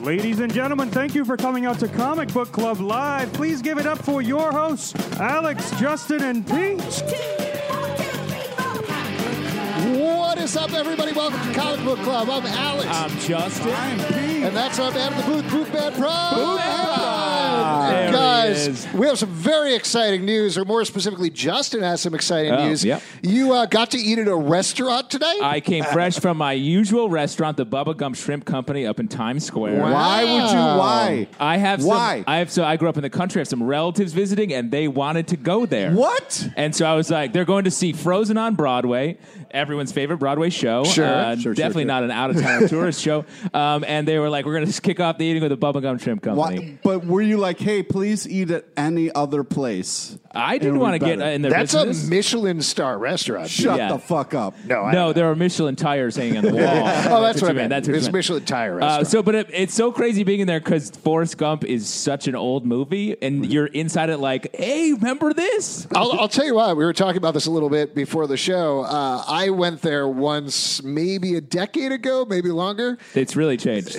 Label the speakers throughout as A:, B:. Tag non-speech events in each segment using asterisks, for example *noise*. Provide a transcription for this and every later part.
A: Ladies and gentlemen, thank you for coming out to Comic Book Club Live. Please give it up for your hosts, Alex, Justin, and Pete.
B: What is up, everybody? Welcome to Comic Book Club. I'm Alex.
C: I'm Justin.
B: and that's our man of the booth, Booth Man Prime.
C: Booth Man Prime!
B: And
C: There
B: guys,
C: it is.
B: we have some very exciting news, or more specifically, Justin has some exciting
C: Oh,
B: news.
C: yep.
B: You uh, got to eat at a restaurant today.
C: I came fresh from my usual restaurant, the Bubba Gum Shrimp Company, up in Times Square.
D: Why would you? Why?
C: I have some,
D: Why?
C: I have so I grew up in the country. I have some relatives visiting, and they wanted to go there.
D: What?
C: And so I was like, they're going to see Frozen on Broadway, everyone's favorite Broadway show.
D: Sure,
C: Uh,
D: sure, sure,
C: definitely
D: sure.
C: not an out of
D: *laughs*
C: town tourist show. Um, and they were like, we're going to kick off the eating with the Bubba Gum Shrimp Company.
D: Why? But were you like, hey, please eat at any other place?
C: I
D: It
C: didn't
D: would
C: want to
D: be
C: get
D: better.
C: in their
B: That's
C: business.
B: a Michelin star restaurant. dude.
D: Shut
C: Yeah.
D: the fuck up.
B: No, I don't
C: no,
B: know.
C: there are Michelin tires hanging
D: *laughs*
C: on the wall.
B: Oh, that's, what I
C: you
B: meant.
C: That's what you
B: it's
C: meant.
B: Michelin tire
C: Uh,
B: restaurant.
C: so, but it, it's so crazy being in there because Forrest Gump is such an old movie, and you're inside it like, hey, remember this?
B: *laughs* I'll, I'll tell you what, we were talking about this a little bit before the show. Uh, I went there once, maybe a decade ago, maybe longer.
C: It's really changed.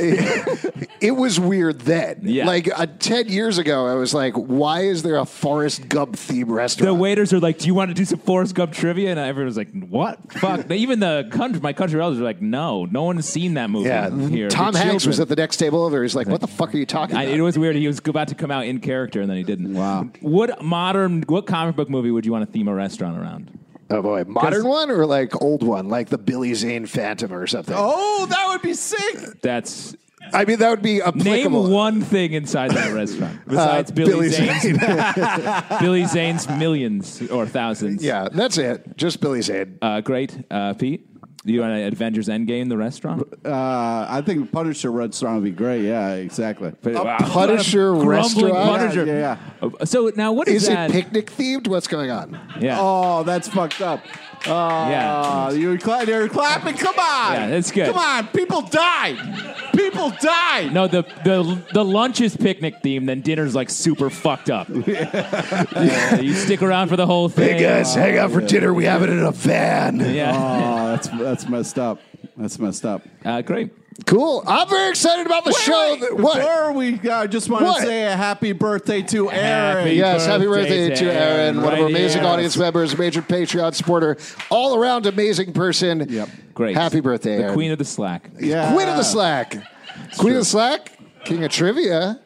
B: It was weird then.
C: Yeah.
B: Like uh, 10 years ago, I was like, why is there a Forrest Gump themed restaurant?
C: The waiters are like, "Do you want to do some Forrest Gump trivia?" And everyone's like, "What? Fuck!" They- Even the country, my country relatives are like, "No, no one's seen that movie."
B: yeah. Mm-hmm.
C: here.
B: Tom
C: The
B: Hanks was
C: children-
B: at the next table over. He's like, what the fuck are you talking
C: I,
B: about?
C: it was weird. He was about to come out in character, and then he didn't.
D: Wow.
C: What modern, what comic book movie would you want to theme a restaurant around?
B: oh, boy. Modern one or like old one? Like the Billy Zane Phantom or something?
D: Oh, that would be sick.
C: That's
B: I mean, that would be
C: name
B: applicable. Uh,
C: one thing inside that
B: *laughs*
C: restaurant besides
B: Billy
C: Billy, Zane's. *laughs* Billy Zane's millions or thousands.
B: Yeah, that's it. Just Billy Zane.
C: Uh, great, uh, Pete. Do you want to Avengers Endgame the restaurant?
D: Uh, I think Punisher restaurant would be great. Yeah, exactly.
C: Wow.
B: Punisher
C: Grumbling
B: restaurant?
C: Punisher.
D: Yeah,
C: Uh, So now what is,
B: Is it
C: that?
B: picnic themed? What's going on?
C: yeah.
D: Oh, that's fucked up. Oh,
C: Yeah.
D: You're, cla- you're clapping. Come on.
C: Yeah, that's good.
D: Come on. People died. People died.
C: No, the, the the lunch is picnic themed, then dinner's like super
B: *laughs*
C: fucked up. Uh, you stick around for the whole thing.
B: hang out for dinner. We have it in a van.
C: Yeah.
D: Oh, that's that's messed up. That's messed up.
B: Oh.
C: Uh, great.
B: Cool. I'm very excited about the show.
D: Wait,
B: that-
D: wait.
B: what?
D: Before we go, I just want
B: What?
D: to say a happy birthday to Aaron.
C: Happy
B: Yes, happy birthday to Aaron, one of our
C: Right,
B: amazing
C: yes.
B: audience members, major Patreon supporter, all around amazing person.
D: Yep.
C: Great.
B: Happy birthday,
C: The
B: Aaron.
C: queen of the slack.
D: Yeah.
B: Queen of the Slack. Queen of the Slack, King of Trivia.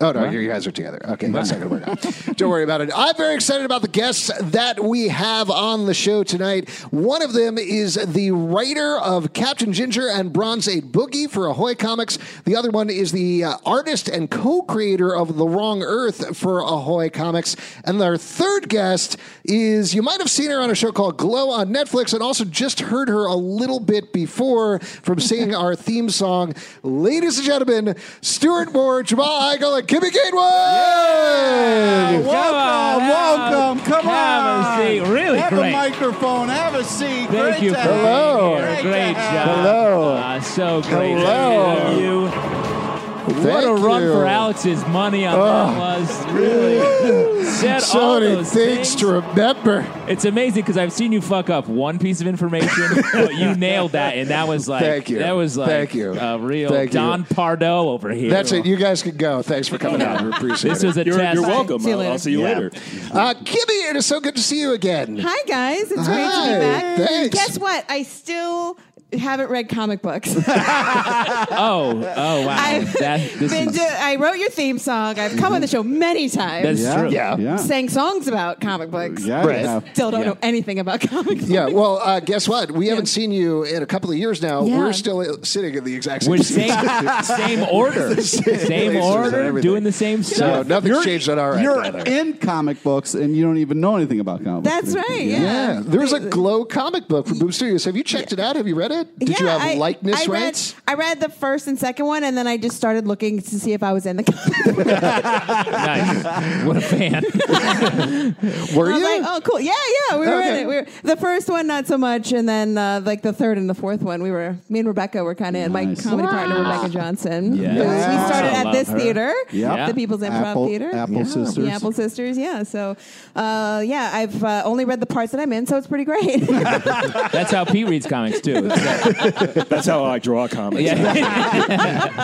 B: Oh, no, you guys are together. Okay, that's not going to work out. Don't worry about it. I'm very excited about the guests that we have on the show tonight. One of them is the writer of Captain Ginger and Bronze Age Boogie for Ahoy Comics. The other one is the uh, artist and co creator of The Wrong Earth for Ahoy Comics. And our third guest is you might have seen her on a show called Glow on Netflix and also just heard her a little bit before from singing our theme song. Ladies and gentlemen, Stuart Moore, Jamal Eigel, and Kimmy Gatewood!
D: Welcome, welcome. Come
C: Have
D: on.
C: a seat. Really
D: Have
C: great.
D: a microphone. Have a seat.
C: Thank
D: great
C: you
D: to
C: for
D: have
C: being
D: you.
C: here.
D: Great to
C: Great job.
D: have you.
B: Hello.
C: Uh, so great. to
B: Hello.
C: have you. What
B: Thank
C: a run
B: you. Oh.
C: for Alex's money on that
B: *laughs*
C: was. Really. Said all
B: So many
C: those
B: things, to remember.
C: It's amazing because I've seen you fuck up one piece of information, but you nailed that, and that was like
B: Thank you.
C: that was like
B: Thank you.
C: a real
B: Thank you.
C: Don Pardo over here.
B: That's it. You guys can go. Thanks for coming out. We appreciate
C: This
B: it.
C: was a
E: You're,
C: test.
E: you're welcome.
F: See you
E: I'll-
F: later.
E: I'll see you
C: Yeah.
E: later.
B: uh, Kimmy, it is so good to see you again.
F: Hi guys, it's great to
B: Hi,
F: be back.
B: thanks.
F: Guess what? I still haven't read
B: *laughs*
F: comic books.
C: Oh, oh wow.
F: I've
C: that, this
F: been
C: is,
F: do- I wrote your theme song. I've come on
B: Mm-hmm.
F: the show many times.
C: that's true.
B: Yeah.
D: Yeah.
F: Sang songs about comic books.
D: Yeah,
B: Right.
D: yeah.
F: Still don't
C: Yeah.
F: know anything about *laughs* comic books.
B: Yeah, well, uh, guess what? We haven't seen you in a couple of years now.
F: Yeah.
B: We're still sitting in the exact same
C: We're
B: *laughs* seat.
C: same same order, same
B: places and
C: order,
B: everything.
C: doing the same
B: So
C: stuff.
B: nothing's changed on our end.
D: You're
B: either.
D: in comic books and you don't even know anything about comic books.
F: That's right. Yeah.
B: Yeah, there's a Glow comic book from Boom Studios. Have you checked it out? Have you read it? Did you
F: Yeah,
B: have
F: I-
B: likeness
F: I read,
B: rights?
F: I read the first and second one, and then I just started looking to see if I was in the *laughs* comic. book.
C: Nice. What a fan.
B: Were
F: I was
B: you?
F: like, oh, cool. Yeah, yeah. We were in
B: Okay.
F: it. We were, the first one, not so much. And then, uh, like, the third and the fourth one, we were, me and Rebecca were kind of in. My
D: Nice.
F: comedy partner, Rebecca Johnson.
C: Yeah.
F: who We started
C: Yeah.
F: at this
C: Love her.
F: theater,
D: Yeah.
F: the People's Improv
D: Apple,
F: Theater.
D: Apple Sisters.
F: The Apple Sisters, yeah. So, uh, yeah, I've uh, only read the parts that I'm in, so it's pretty great. *laughs*
C: That's how Pete reads comics too. It's like-
E: That's how I draw comics.
C: yeah.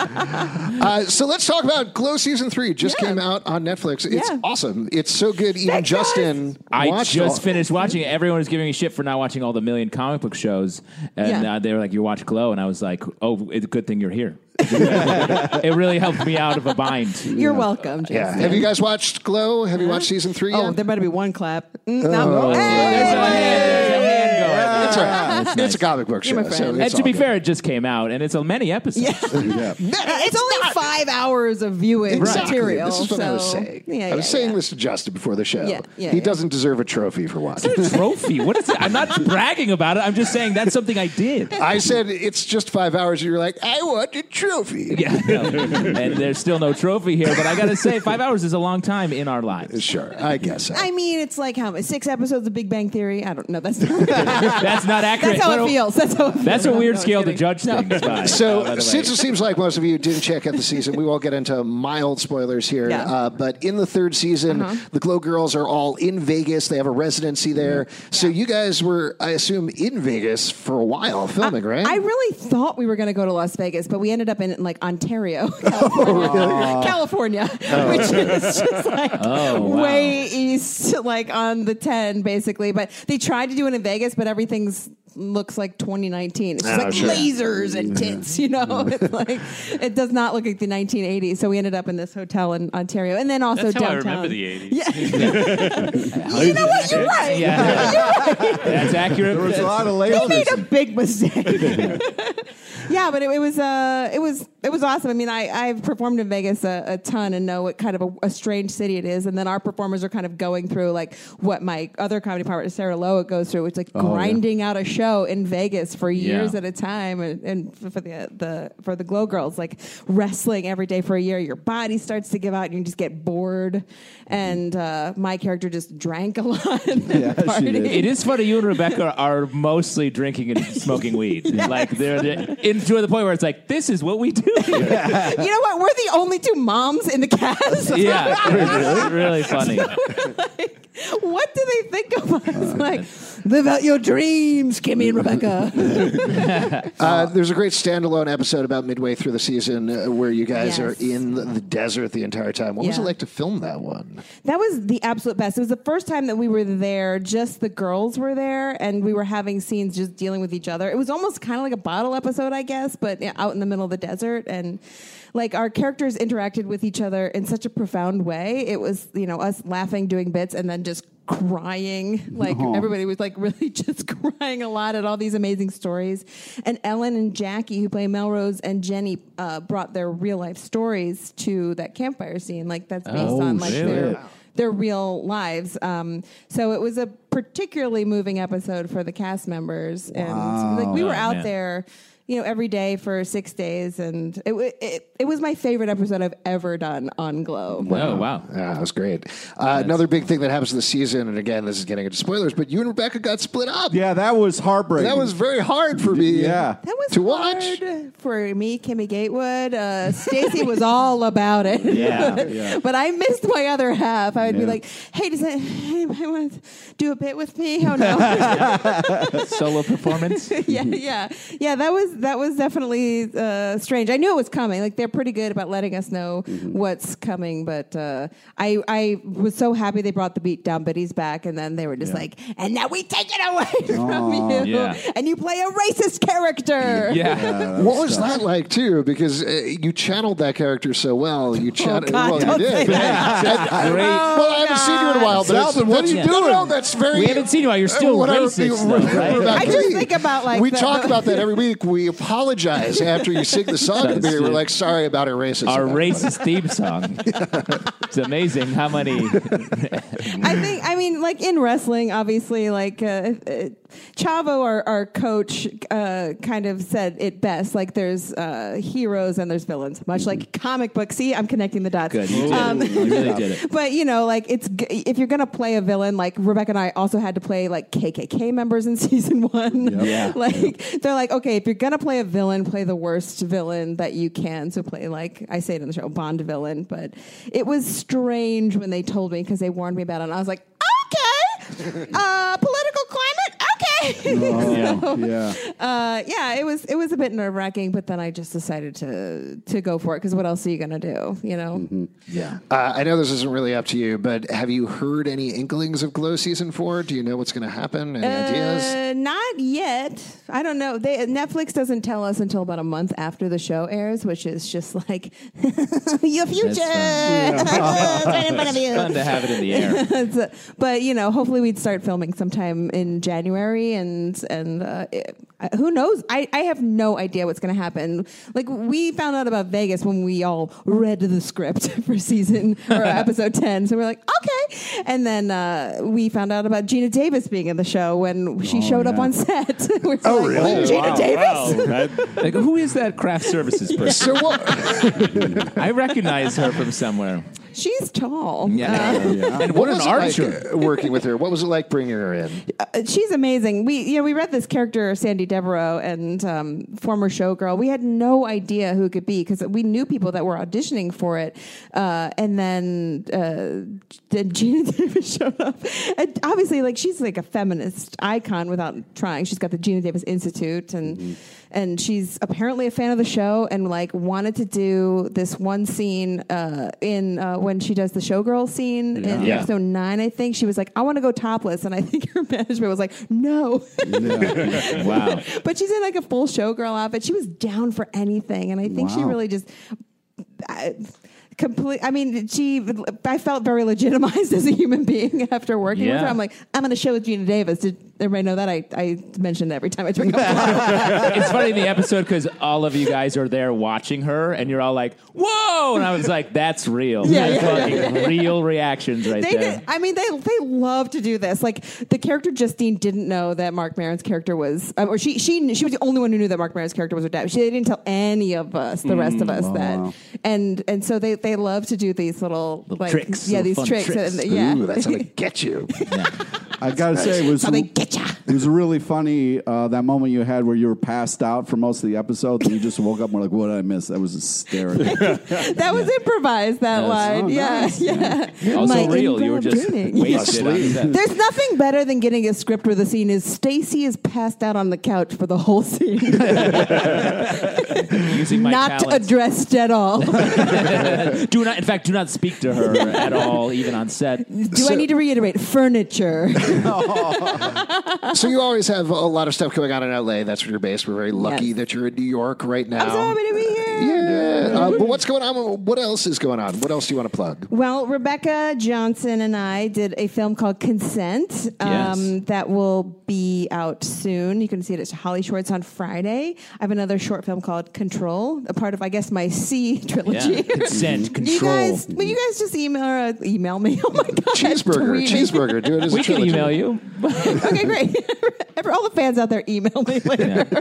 B: *laughs* Uh, so let's talk about Glow season three. Just
F: Yeah.
B: came out on Netflix. It's
F: Yeah.
B: awesome. It's so good. Even
F: Thanks,
B: Justin
C: I
B: watched
C: just
B: all-
C: finished watching it. Everyone was giving me shit for not watching all the million comic book shows, and
F: Yeah.
C: uh, they were like, "You watch Glow," and I was like, "Oh, it's a good thing you're here." *laughs* it really helped me out of a bind.
F: You're welcome, Jason.
B: Yeah. Have you guys watched Glow? Have you watched season three?
F: Oh,
B: yet?
F: there better be one clap. Mm,
C: Oh,
F: no.
C: There's a hand. There's a hand going.
B: It's, all right.
C: That's
F: *laughs*
B: it's
C: nice.
B: a comic book show.
F: You're my
B: so
F: friend.
B: it's
C: and to
B: all
C: be
B: good.
C: fair, it just came out, and it's a many episodes.
B: *laughs*
F: it's, only five hours of viewing
B: Exactly.
F: material.
B: This is what I was
F: so-
B: saying.
F: Yeah,
B: I was
F: yeah,
B: saying
F: yeah.
B: this to Justin before the show.
F: Yeah, yeah,
B: he
F: yeah.
B: doesn't deserve a trophy for one.
C: It's not a trophy. What is it? I'm not bragging about it. I'm just saying that's something I did.
B: *laughs* I said it's just five hours, and you're like, I want a trophy.
C: Yeah, I know. *laughs* and there's still no trophy here, but I gotta say, five hours is a long time in our lives.
B: Sure, I guess so.
F: I mean, it's like how many- six episodes of Big Bang Theory. I don't know. That's not,
C: *laughs* That's not accurate.
F: that's how
C: What
F: it
C: a-
F: feels. That's how. It feels.
C: That's a
F: No,
C: weird
F: no, I'm
C: scale to
F: kidding.
C: judge things by.
B: So,
C: uh, by the way.
B: since it seems like most of you didn't check out the season, we will get into mild spoilers here.
F: Yeah. Uh-huh.
B: Uh, but in the third season, the Glow Girls are all in Vegas. They have a residency there.
F: Mm-hmm.
B: So, you guys were, I assume, in Vegas for a while filming, right?
F: I really thought we were going to go to Las Vegas, but we ended up in like Ontario, *laughs* California,
B: Oh.
F: California *laughs* which is just like
C: Oh.
F: way east, *laughs* like on the ten, basically. But they tried to do it in Vegas, but everything's looks like 2019. It's just
B: Oh,
F: like
B: sure.
F: lasers and tits, you know. It's like it does not look like the 1980s. So we ended up in this hotel in Ontario, and then also
G: That's how I
F: downtown.
G: remember the 80s.
F: You know what? You're right.
C: Yeah. *laughs* That's accurate.
D: There was a lot of
F: They made
D: layovers.
F: a big mistake. yeah, but it, it was uh, it was it was awesome. I mean, I I've performed in Vegas a, a ton and know what kind of a, a strange city it is. And then our performers are kind of going through like what my other comedy partner Sarah Loa goes through, which is, like grinding out a show in Vegas for years
C: Yeah.
F: at a time, and, and for the the for the Glow Girls, like wrestling every day for a year. Your body starts to give out, and you just get bored. And uh, my character just drank a lot. *laughs* and
D: Yeah, she
F: partied.
D: did.
C: It is funny. You and Rebecca are mostly drinking and smoking weed. Like they're, they're into the point where it's like, this is what we do. Here.
F: You know what? We're the only two moms in the cast.
C: Yeah, really, really funny.
F: what do they think of us? like, live out your dreams, Kimmy and Rebecca.
B: Uh, there's a great standalone episode about midway through the season uh, where you guys
F: Yes.
B: are in the desert the entire time. What was it
F: Yeah.
B: like to film that one?
F: that was the absolute best. It was the first time that we were there, just the girls were there, and we were having scenes just dealing with each other. It was almost kind of like a bottle episode, I guess, but yeah, out in the middle of the desert. And like our characters interacted with each other in such a profound way. It was, you know, us laughing, doing bits, and then just crying. Like everybody was like *laughs* really just crying a lot at all these amazing stories. And Ellen and Jackie, who play Melrose and Jenny, uh, brought their real life stories to that campfire scene. Like that's based on like
C: really?
F: their their real lives. Um, so it was a particularly moving episode for the cast members, and like we were out
C: man.
F: there. you know, every day for six days, and it wa- it, it was my favorite episode I've ever done on Glow.
C: Oh wow.
B: Yeah, that was great. Uh, Another big thing that happens this season, and again, this is getting into spoilers, but you and Rebecca got split up.
D: Yeah, that was heartbreaking.
B: That was very hard for me.
D: Yeah.
F: That was
B: to watch.
F: hard for me, Kimmy Gatewood. Uh, Stacy was all about it.
D: Yeah, *laughs* yeah.
F: but I missed my other half. I would be
D: Yeah.
F: like, "Hey, does it, anybody want to do a bit with me?" Oh no.
C: Solo performance. *laughs*
F: yeah, yeah, yeah. That was that was definitely uh, strange. I knew it was coming. Like they're pretty good about letting us know
C: Mm-hmm.
F: what's coming, but uh, I I was so happy they brought the beat down biddies back, and then they were just like, and now we take it away *laughs* from you,
C: Yeah.
F: and you play a racist character.
C: *laughs* Yeah.
B: What was that like too? Because uh, you channeled that character so well. You channeled.
F: Oh, God,
B: well,
F: don't
B: you
F: say
B: did. *laughs* And- well, I haven't seen you in a while, but it's-
D: Salvin, what are you
B: that's- no,
D: doing?
B: No, that's very.
C: We haven't seen you while you're still
B: what I-
C: racist, though, right?
B: Rebecca, *laughs*
F: I just
B: we-
F: think about, like,
B: we
F: the-
B: talk about that
F: *laughs*
B: every week. We apologize after you sing the song. to
C: That's
B: me. We're
C: true.
B: like, sorry about our racism.
C: Our racist
F: *laughs*
C: theme song. it's amazing how many.
F: I think I mean like in wrestling, obviously, like uh, uh, Chavo, our, our coach, uh, kind of said it best. Like there's uh, heroes and there's villains, much like comic book. See, I'm connecting the dots.
C: Mm-hmm. Good, you did
F: Um,
C: it. You really did
F: *laughs*
C: it.
F: but you know, like it's g- if you're gonna play a villain, like Rebecca and I also had to play like KKK members in *laughs* season one.
C: Yeah.
F: *laughs* like they're like, okay, if you're gonna play a villain, play the worst villain that you can. So play like I say it in the show, Bond villain. But it was strange when they told me because they warned me about it, and I was like, okay, uh, political climate, okay.
C: *laughs*
F: So,
D: yeah.
F: *laughs* Uh, yeah, it was it was a bit nerve wracking, but then I just decided to to go for it because what else are you gonna do? You know.
B: Yeah. Uh, I know this isn't really up to you, but have you heard any inklings of Glow season four? Do you know what's going to happen? Any ideas?
F: Uh, not yet. I don't know. They, Netflix doesn't tell us until about a month after the show airs, which is just like *laughs* your future. It's *laughs* right in front of you.
C: Fun to have it in the air.
F: It's, uh, but you know, hopefully we'd start filming sometime in January, and and uh, it- uh, who knows? I, I have no idea what's going to happen. Like we found out about Vegas when we all read the script *laughs* for season or episode ten, so we're like, okay. And then uh, we found out about Gina Davis being in the show when
C: Oh,
F: she showed up
D: yeah.
F: on set. *laughs* We're like, *laughs* Gina
C: Wow,
F: Davis.
C: wow. That- like, who is that craft services person?
B: So what?
C: I recognize her from somewhere.
F: She's tall.
C: Yeah. And what,
B: What
C: an
B: was
C: archer.
B: it like uh, working with her? What was it like bringing her
F: *laughs*
B: in?
F: Uh, she's amazing. We you know we read this character Sandy Devereaux and um, former showgirl. We had no idea who it could be because we knew people that were auditioning for it, uh, and then uh, then *laughs* Gina Davis showed up. And obviously, like she's like a feminist icon without trying. She's got the Gina Davis Institute, and
C: Mm-hmm.
F: and she's apparently a fan of the show and like wanted to do this one scene uh, in uh, when she does the showgirl scene in
C: Yeah.
F: episode nine. I think she was like, I want to go topless, and I think her *laughs* management was like, no. *laughs*
C: Wow.
F: but she's in like a full showgirl outfit. She was down for anything, and I think she
D: Wow.
F: really just. I, Complete. I mean, she. I felt very legitimized *laughs* as a human being after working with
C: Yeah.
F: her. I'm like, I'm going to show with Gina Davis. Did everybody know that? I, I mentioned every time I took up.
C: it's funny in the episode because all of you guys are there watching her, and you're all like, "Whoa!" And I was like, "That's real.
F: Yeah,
C: That's
F: yeah,
C: fucking real reactions right
F: They
C: there."
F: did. I mean, they they love to do this. Like the character Justine didn't know that Mark Maron's character was, um, or she she she was the only one who knew that Mark Maron's character was her dad. She they didn't tell any of us, the rest of
C: Mm,
F: us, that. And and so they they love to do these little, like
C: tricks,
F: yeah,
C: little
F: these
C: fun
F: tricks,
C: tricks.
F: And, yeah.
B: Ooh, that's how
F: *laughs*
B: they get you.
D: I gotta say, it was
F: How they get ya.
D: it was really funny uh, that moment you had where you were passed out for most of the episode, and you just woke up and were like, "What did I miss?" That was hysterical.
F: That was improvised. That line,
D: Oh,
F: yeah,
D: nice.
F: yeah.
C: also
F: My
C: real. You were
F: inbred
C: just
F: grinning.
C: wasted. on set.
F: There's nothing better than getting a script where the scene is Stacy is passed out on the couch for the whole scene,
C: Using *laughs* my
F: not
C: talents.
F: addressed
C: *laughs*
F: at all.
C: do not, in fact, do not speak to
F: *laughs*
C: her at all, even on set.
F: Do I need to reiterate? Furniture.
B: so you always have a lot of stuff going on in LA. That's where you're based. We're very lucky
F: Yes.
B: that you're in New York right now.
F: *laughs* I'm so happy to be here.
B: Yeah. Uh, but what's going on? What else is going on? What else do you want to plug?
F: *laughs* Well, Rebecca Johnson and I did a film called Consent um,
C: Yes.
F: that will be out soon. You can see it at Holly Schwartz on Friday. I have another short film called Control, a part of, I guess, my C *laughs* trilogy.
C: Yeah. Consent,
F: You
C: control.
F: guys, will you guys just email or uh, email me? *laughs* Oh my god,
B: Cheeseburger.
F: tweet me.
B: Cheeseburger. Do it as
C: we
B: a
C: can
B: trilogy.
C: email you.
F: okay, great.
C: *laughs*
F: *laughs* All the fans out there, email me later. *laughs*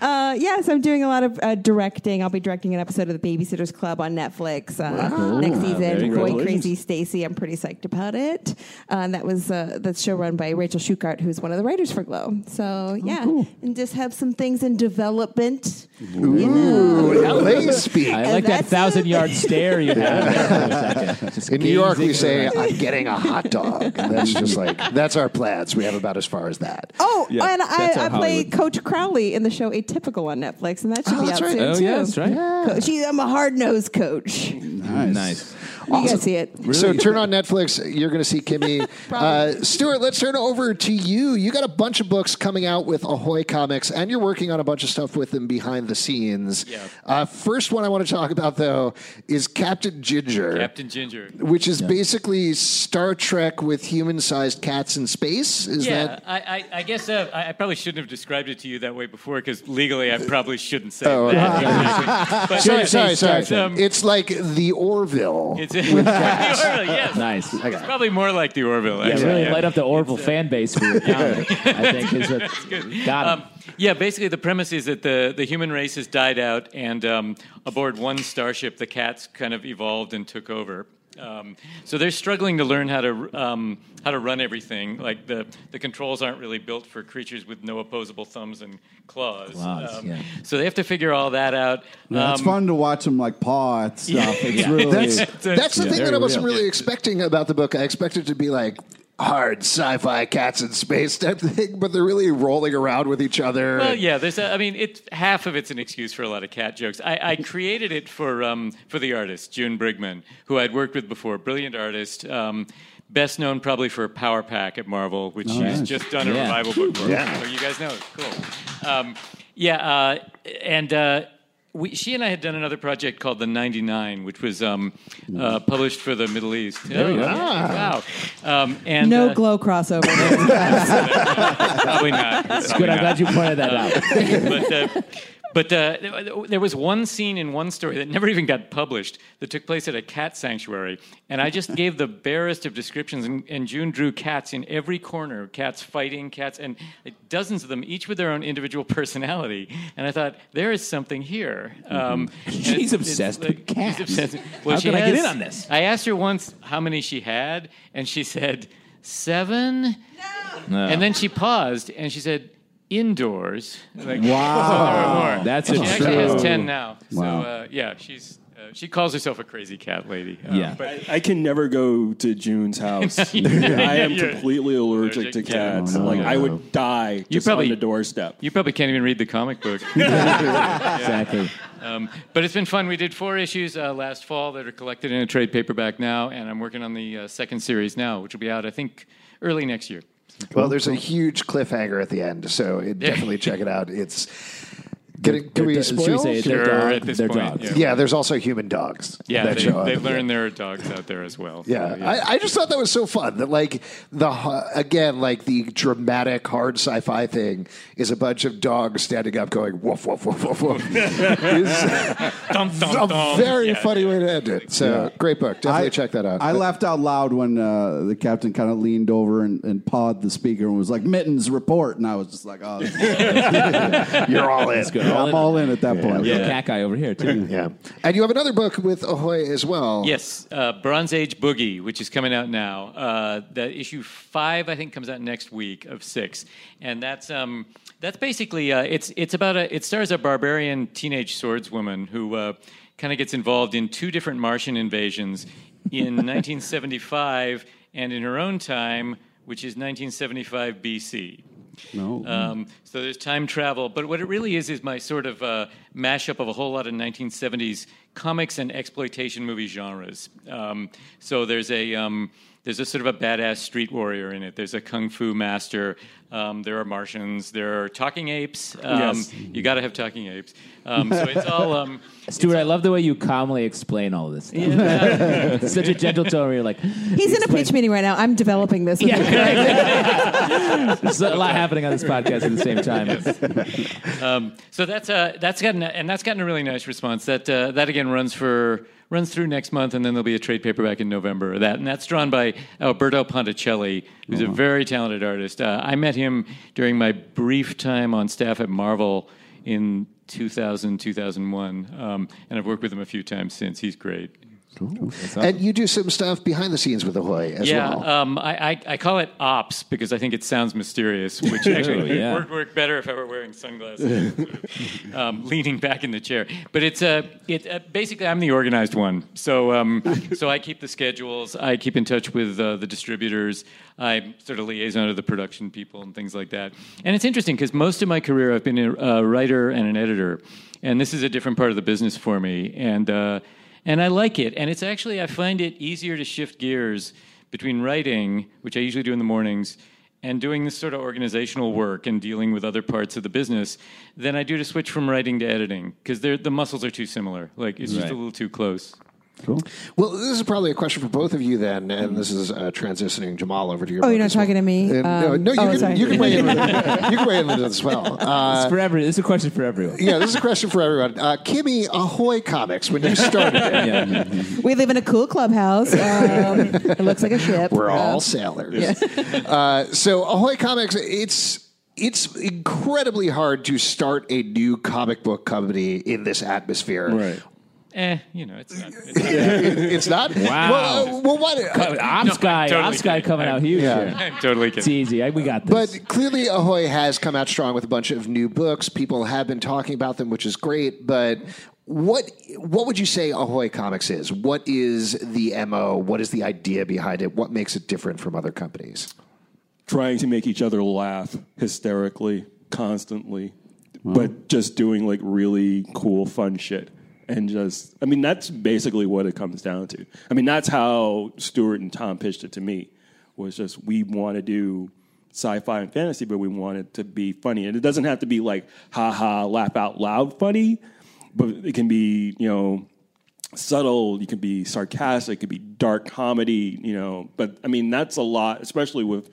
F: uh, yes, I'm doing a lot of uh, directing. I'll be directing an episode of The Babysitters Club on Netflix uh, next season. Boy, Crazy Stacy. I'm pretty psyched about it. Uh, and that was uh, that's show run by Rachel Schukart, who's one of the writers for Glow.
C: Oh,
F: So yeah, and just have some things in development.
B: Ooh,
C: *laughs*
B: they speak.
C: I like that
F: That's-
C: thousand yard stare *laughs* you have. there for a second. Just
B: In New York, we
C: gazing
B: say,
C: around.
B: I'm getting a hot dog. And that's
C: *laughs*
B: just like, that's our plans. We have about as far as that.
F: Oh,
E: Yeah,
F: and
C: that's
F: I, I
C: how
F: play
C: Hollywood-
F: Coach Crowley in the show Atypical on Netflix, and that should
B: Oh,
F: be
B: that's
F: out
B: right.
F: soon
C: Oh
F: too.
C: yeah, that's right.
F: Co- She, I'm a hard nosed coach. You
D: Nice.
C: Nice.
F: guys see it.
B: So turn on Netflix. You're going to see
F: *laughs*
B: Kimmy. uh, Stuart, let's turn over to you. You got a bunch of books coming out with Ahoy Comics, and you're working on a bunch of stuff with them behind the scenes. Uh, first one I want to talk about, though, is Captain Ginger.
G: Captain Ginger.
B: Which is basically Star Trek with human sized cats in space. Is
G: yeah,
B: that.
G: I, I, I guess uh, I, I probably shouldn't have described it to you that way before because legally I probably shouldn't say *laughs*
B: Oh,
G: that.
C: *laughs*
G: Exactly. But
B: Sorry, sorry, sorry.
G: It's, um,
B: it's like the Orville.
G: it's, it's
F: *laughs*
G: the Orville, yes.
C: Nice.
G: It's probably more like the Orville.
C: Yeah,
G: actually,
C: really
G: yeah.
C: light up the Orville
G: uh,
C: fan base
G: *laughs*
C: for your comic. I think is what got
G: Um,
C: him.
G: yeah, basically the premise is that the, the human race has died out, and um, aboard one starship, the cats kind of evolved and took over. Um, so they're struggling to learn how to um, how to run everything. Like the, the controls aren't really built for creatures with no opposable thumbs and claws.
C: Claws,
G: um,
C: yeah.
G: So they have to figure all that out.
D: Yeah, it's
G: Um,
D: fun to watch them like paw at stuff. It's really
B: That's
G: a-
B: that's the
G: yeah,
B: thing that I
D: very
B: wasn't
D: real.
B: really expecting about the book. I expected to be like hard sci-fi cats in space type *laughs* thing, but they're really rolling around with each other.
G: Well, yeah. There's, a, I mean, it's half of it's an excuse for a lot of cat jokes. I, I created it for um, for the artist June Brigman, who I'd worked with before, brilliant artist. Um, Best known probably for Power Pack at Marvel, which she's just done a
C: Yeah.
G: revival book for. Yeah. So you guys know, it. cool. Um, yeah, uh, and uh, we, she and I had done another project called the '99, which was um, uh, published for the Middle East. There
C: we go.
G: Wow. Um, and
F: No
G: uh,
F: glow crossover.
G: probably not.
C: *laughs*
G: *laughs*
C: Good. I'm glad you pointed that out.
G: but uh, but uh, there was one scene in one story that never even got published that took place at a cat sanctuary, and I just gave the barest of descriptions. And, and June drew cats in every corner, cats fighting, cats, and dozens of them, each with their own individual personality. And I thought there is something here. Um, and it's-
C: Mm-hmm. *laughs*
G: it's
C: She's obsessed with cats.
G: She's obsessed.
C: How
G: she
C: can I get
G: has-
C: in on this?
G: I asked her once how many she had, and she said seven.
C: Oh.
G: And then she paused and she said, "Indoors." *laughs* Like, wow,
C: That's
G: she
C: a
G: actually
C: true-
G: has ten now. So uh, yeah, she's uh, she calls herself a crazy cat lady. Uh, *laughs*
C: Yeah. *laughs*
G: but
E: I, I can never go to June's house. I am
G: You're-
E: completely allergic to
G: allergic, yeah.
E: cats. Like I would die just
G: probably-
E: on the doorstep.
G: you probably can't even read the comic book. uh, *laughs*
C: Exactly.
G: um, but it's been fun. We did four issues uh, last fall that are collected in a trade paperback now, and I'm working on the uh, second series now, which will be out I think early next year.
B: Well, there's a huge cliffhanger at the end, so it, definitely check it out. It's can, it- can we
C: They're- should
B: spoil?
C: we say they're,
G: Sure,
C: dog-
G: at this
C: they're
G: point,
C: dogs.
G: yeah.
B: yeah, there's also human dogs.
G: Yeah,
B: that
G: they,
B: show up.
G: they've learned there are dogs out there as well.
B: Yeah,
G: So,
B: I, I just thought that was so fun that like the hu- again like the dramatic hard sci-fi thing is a bunch of dogs standing up going woof woof woof woof woof.
G: *laughs*
B: It's-
G: Dum, dum,
B: a
G: dum.
B: very
G: Yeah,
B: funny
G: yeah.
B: way to end it. So great book. Definitely check that out.
G: *laughs*
D: I
B: But-
D: laughed out loud when uh, the captain kind of leaned over and, and pawed the speaker and was like, "Mittens, report!" And I was just like,
G: *laughs*
D: "Oh, this is-
B: You're all in.
C: Good.
D: I'm all in at that point."
C: Real cat guy over here too.
B: Yeah. And you have another book with Ahoy as well.
G: Yes, uh, Bronze Age Boogie, which is coming out now. Uh, the issue five, I think, comes out next week of six, and that's um, that's basically uh, it's it's about a it stars a barbarian teenage swordswoman who uh, kind of gets involved in two different Martian invasions in 1975 and in her own time, which is 1975 BC. Um, so there's time travel, but what it really is is my sort of uh, mashup of a whole lot of 1970s comics and exploitation movie genres. Um, so there's a um, There's a sort of a badass street warrior in it. There's a kung fu master. Um, there are Martians. There are talking apes. Um,
E: Yes.
G: You got to have talking apes. Um, so it's all. Um,
C: Stuart, I love the way you calmly explain all this. Stuff. It's *laughs* Such a gentle tone. Where you're like,
F: He's in a pitch meeting right now. I'm developing this. with him.
C: there's a lot happening on this podcast at the same time.
G: So that's uh, that's gotten and that's gotten a really nice response. That uh, that again runs for runs through next month, and then there'll be a trade paperback in November of that, and that's drawn by Alberto Ponticelli, who's
B: Uh-huh.
G: a very talented artist. Uh, I met him during my brief time on staff at Marvel in 2000 2001, um, and I've worked with him a few times since. He's great.
B: And you do some stuff behind the scenes with Ahoy as
G: Yeah,
B: well.
G: um, I, I, I call it ops because I think it sounds mysterious,
B: *laughs*
G: which actually
C: yeah.
G: would work better if I were wearing sunglasses, *laughs* sort of, um, leaning back in the chair. But it's uh, it, uh, basically I'm the organized one, so um, so I keep the schedules, I keep in touch with uh, the distributors, I sort of liaison to the production people and things like that. And it's interesting because most of my career I've been a uh, writer and an editor, and this is a different part of the business for me, and. Uh, and I like it. And it's actually I find it easier to shift gears between writing, which I usually do in the mornings, and doing this sort of organizational work and dealing with other parts of the business than I do to switch from writing to editing because the muscles are too similar. Like it's just a little too close.
B: Well, this is probably a question for both of you then, and this is uh, transitioning Jamal over to your.
F: Oh,
B: book
F: you're not
B: as well.
F: talking to me?
B: And-
F: Um,
B: no, no, you
F: oh, sorry.
B: can you can weigh in. With
F: *laughs*
B: it. You can weigh in with it as well. Uh,
C: It's for every. This is a question
G: *laughs*
C: for everyone.
B: yeah, this is a question for everyone. Uh, Kimmy, Ahoy Comics, when you started,
D: *laughs*
B: it,
F: We live in a cool clubhouse. Um, it looks like a ship.
B: we're all
F: Um,
B: sailors. *laughs* uh, so Ahoy Comics, it's. It's incredibly hard to start a new comic book company in this atmosphere.
E: Right.
G: Eh, you know, it's not. It's *laughs* not
B: It- it's not.
C: Wow.
B: Well, uh, well what,
C: Ops guy,
G: totally
C: Ops guy
G: kidding.
C: coming out huge.
B: Yeah.
C: Here.
G: I'm *laughs* totally
C: It's
G: kidding.
C: easy. I- we got this.
B: But clearly, Ahoy has come out strong with a bunch of new books. People have been talking about them, which is great. But what what would you say Ahoy Comics is? What is the mo? What is the idea behind it? What makes it different from other companies?
E: Trying to make each other laugh hysterically, constantly, but just doing like really cool, fun shit. And just, I mean, that's basically what it comes down to. I mean, that's how Stuart and Tom pitched it to me. Was just we want to do sci-fi and fantasy, but we want it to be funny, and it doesn't have to be like ha ha laugh out loud funny, but it can be you know subtle, you can be sarcastic, it could be dark comedy, you know. But I mean, that's a lot, especially with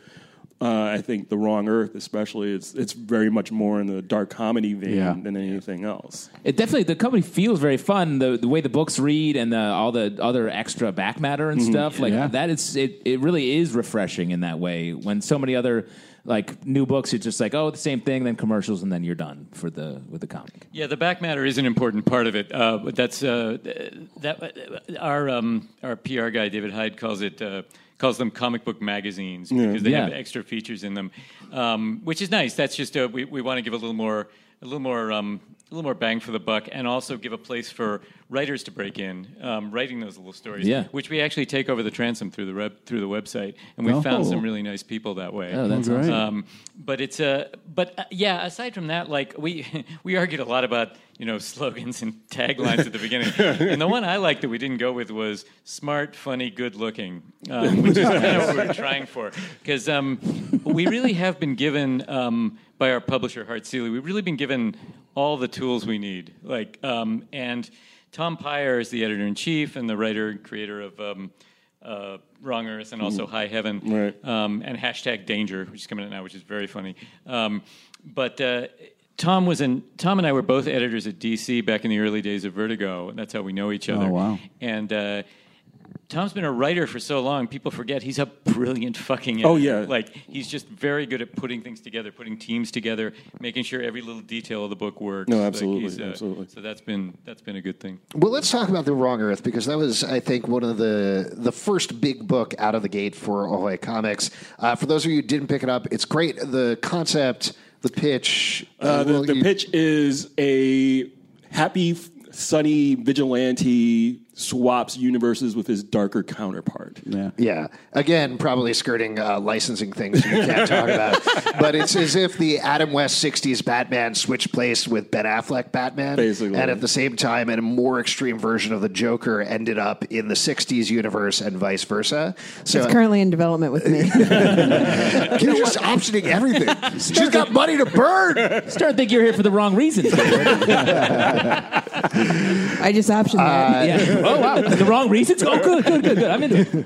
E: uh, I think the Wrong Earth, especially it's it's very much more in the dark comedy vein
D: Yeah.
E: than anything else.
C: It definitely the company feels very fun. The the way the books read and the, all the other extra back matter and stuff like
D: Yeah.
C: that is it. It really is refreshing in that way. When so many other like new books, it's just like oh the same thing, then commercials, and then you're done for the with the comic.
G: Yeah, the back matter is an important part of it. Uh, but that's uh, th- that uh, our um, our PR guy David Hyde calls it uh, calls them comic book magazines because they have
C: Yeah.
G: extra features in them, um, which is nice. That's just uh, we we want to give a little more a little more. Um, a little more bang for the buck, and also give a place for writers to break in, um, writing those little stories.
C: Yeah.
G: which we actually take over the transom through the web through the website, and we found some really nice people that way.
C: Oh, that's awesome.
G: Um, but it's uh, but uh, yeah. Aside from that, like we *laughs* we argued a lot about you know slogans and taglines at the beginning, and the one I liked that we didn't go with was smart, funny, good looking, um, which is kind of what we're trying for because um, we really have been given um, by our publisher Hart Seeley, we've really been given all the tools we need, like um, and. Tom Pyre is the editor in chief and the writer and creator of um, uh, Wrong Earth and also High Heaven
E: Hmm. Right.
G: um, and hashtag Danger, which is coming out now, which is very funny. Um, but uh, Tom was in. Tom and I were both editors at DC back in the early days of Vertigo. and That's how we know each
E: Oh,
G: other.
D: wow.
G: And uh, Tom's been a writer for so long, people forget he's a brilliant fucking. Editor.
E: Oh, yeah.
G: like he's just very good at putting things together, putting teams together, making sure every little detail of the book works.
E: No,
G: Like,
E: absolutely,
G: he's, uh,
E: absolutely.
G: So that's been that's been a good thing.
B: Well, let's talk about the Wrong Earth because that was, I think, one of the the first big book out of the gate for Ahoy Comics. Uh, for those of you who didn't pick it up, it's great. The concept, the pitch,
E: Uh, the
B: well,
E: the
B: you-
E: pitch is a happy, f- sunny vigilante swaps universes with his darker counterpart.
D: Yeah.
B: Yeah. Again, probably skirting uh, licensing things you can't
E: *laughs*
B: talk about. But it's as if the Adam West 60s Batman switched place with Ben Affleck Batman.
E: Basically.
B: And at the same time, a more extreme version of the Joker ended up in the 60s universe and vice versa. So
F: It's currently in development
E: *laughs*
F: with me.
B: you're just optioning everything. She's got money to
E: *laughs*
B: burn.
C: Start think you're here for the wrong reasons.
F: I just optioned that.
E: Uh,
C: yeah. Oh wow, the wrong reasons. Oh good, good, good, good. I'm into it.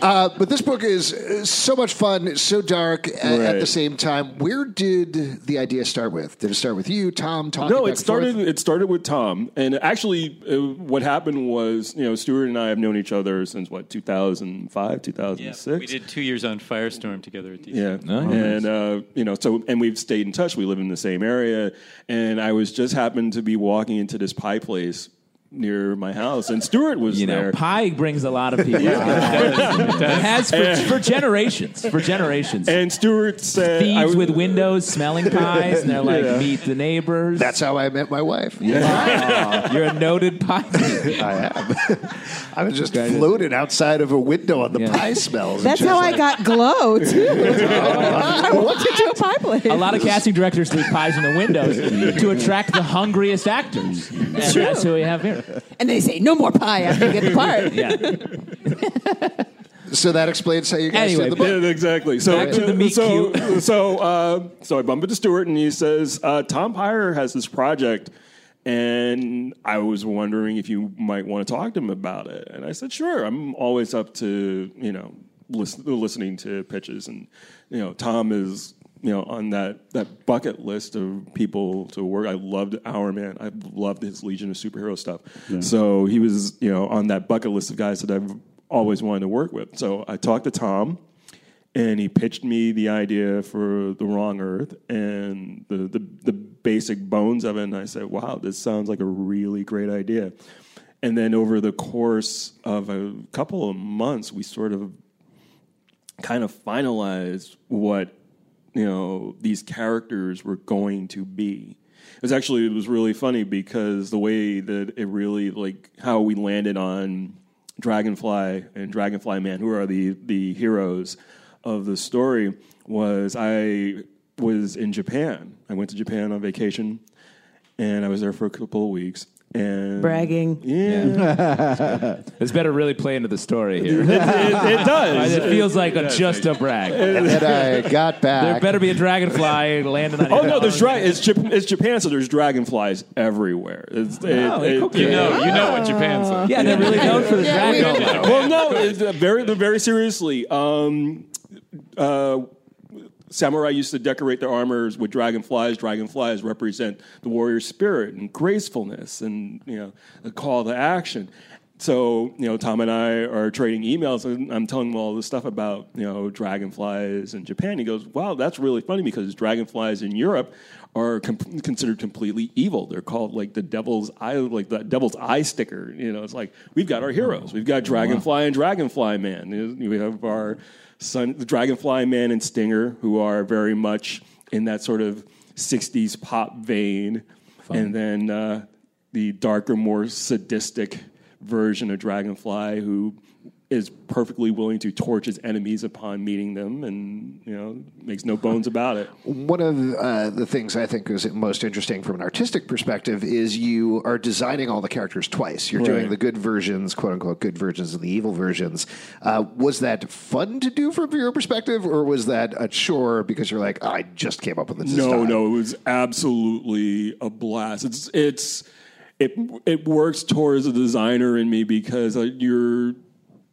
B: Uh, but this book is uh, so much fun, so dark a- at
E: Right.
B: the same time. Where did the idea start with? Did it start with you, Tom? Talking
E: No,
B: back
E: it
B: and
E: started.
B: forth?
E: It started with Tom, and actually, uh, what happened was, you know, Stuart and I have known each other since what 2005, 2006.
G: Yeah, we did two years on Firestorm together at DC.
E: Yeah, and uh, you know, so and we've stayed in touch. We live in the same area, and I was just happened to be walking into this pie place near my house, and Stuart was
C: You know,
E: there.
C: pie brings a lot of people. it has for, for generations, for generations.
E: and Stuart said,
C: Thieves
E: I was-
C: with windows
E: *laughs*
C: smelling pies, and they're like, "Meet the neighbors."
B: That's how I met my wife.
C: You're a noted pie. thief.
B: I am. I was just floated outside of a window on the
C: Yeah.
B: pie smells.
F: That's
B: It's
F: how
B: just
F: I
B: like,
F: got glow too. I walked into a pie place.
C: a lot of casting directors leave pies in the windows to attract the hungriest actors. And that's who we have here.
F: and they say no more pie after you get the part.
C: Yeah.
B: So that explains how you guys
C: Anyway,
B: did the book.
E: Yeah, exactly. So,
C: Back to the meet
E: so,
C: cute.
E: *laughs* so, uh, so I bump into Stuart, and he says, uh, "Tom Pyre has this project, and I was wondering if you might want to talk to him about it." And I said, "Sure, I'm always up to you know listen, listening to pitches, and you know Tom is." You know, on that, that bucket list of people to work, I loved Our Man. I loved his Legion of Superhero stuff. So he was, you know, on that bucket list of guys that I've always wanted to work with. So I talked to Tom, and he pitched me the idea for the wrong earth and the, the, the basic bones of it and i said wow this sounds like a really great idea and then over the course of a couple of months we sort of kind of finalized what you know these characters were going to be it was actually it was really funny because the way that it really like how we landed on dragonfly and dragonfly man who are the the heroes of the story was i was in japan i went to japan on vacation and i was there for a couple of weeks and
F: Bragging.
E: yeah,
C: This better really play into the story here.
E: *laughs* it, it does
C: It feels like a, just a brag.
B: And then I
E: *laughs*
B: got
C: There
B: back.
C: better be a dragonfly landing on
E: Oh
C: your
E: no, there's
C: tongue.
E: *laughs* dra- it's, Jap- it's Japan, so there's dragonflies everywhere. It's, it, Oh, it-
C: okay.
E: you
G: You
E: know-
G: know, you know what Japan's like.
C: Yeah, they're really known for the
B: we
C: dragon.
B: don't
E: well, no, it, uh, very very seriously. Um, uh, samurai used to decorate their armors with dragonflies. Dragonflies represent the warrior spirit and gracefulness, and you know the call to action. So you know, Tom and I are trading emails, and I'm telling him all this stuff about you know dragonflies in Japan. He goes, "Wow, that's really funny because dragonflies in Europe are com- considered completely evil. They're called like the devil's eye, like the devil's eye sticker. You know, it's like we've got our heroes. We've got Dragonfly and Dragonfly Man. We have our son, the Dragonfly Man and Stinger, who are very much in that sort of '60s pop vein, and then uh, the darker, more sadistic version of Dragonfly, who is perfectly willing to torch his enemies upon meeting them, and you know makes no bones about it.
B: One of uh, the things I think is most interesting from an artistic perspective is you are designing all the characters twice. You're doing
E: Right.
B: the good versions, quote unquote, good versions and the evil versions. Uh, was that fun to do from your perspective, or was that a chore because you're like, I just came up with this?
E: No,
B: style?
E: no, it was absolutely a blast. It's it's it it works towards the designer in me because uh, you're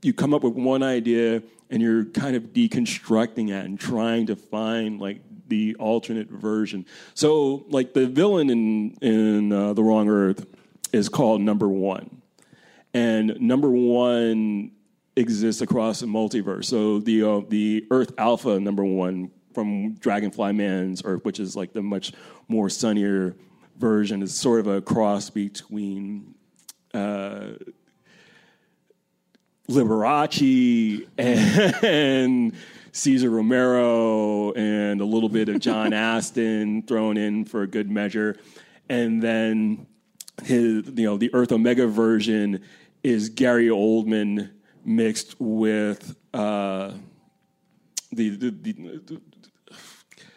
E: you come up with one idea and you're kind of deconstructing it and trying to find like the alternate version. So like the villain in in uh, the Wrong Earth is called Number One, and Number One exists across the multiverse. So the uh, the Earth Alpha number one from Dragonfly Man's Earth, which is like the much more sunnier version, is sort of a cross between uh, Liberace and Caesar Romero and a little bit of John Aston thrown in for good measure, and then his you know the Earth Omega version is Gary Oldman mixed with uh, the, the, the, the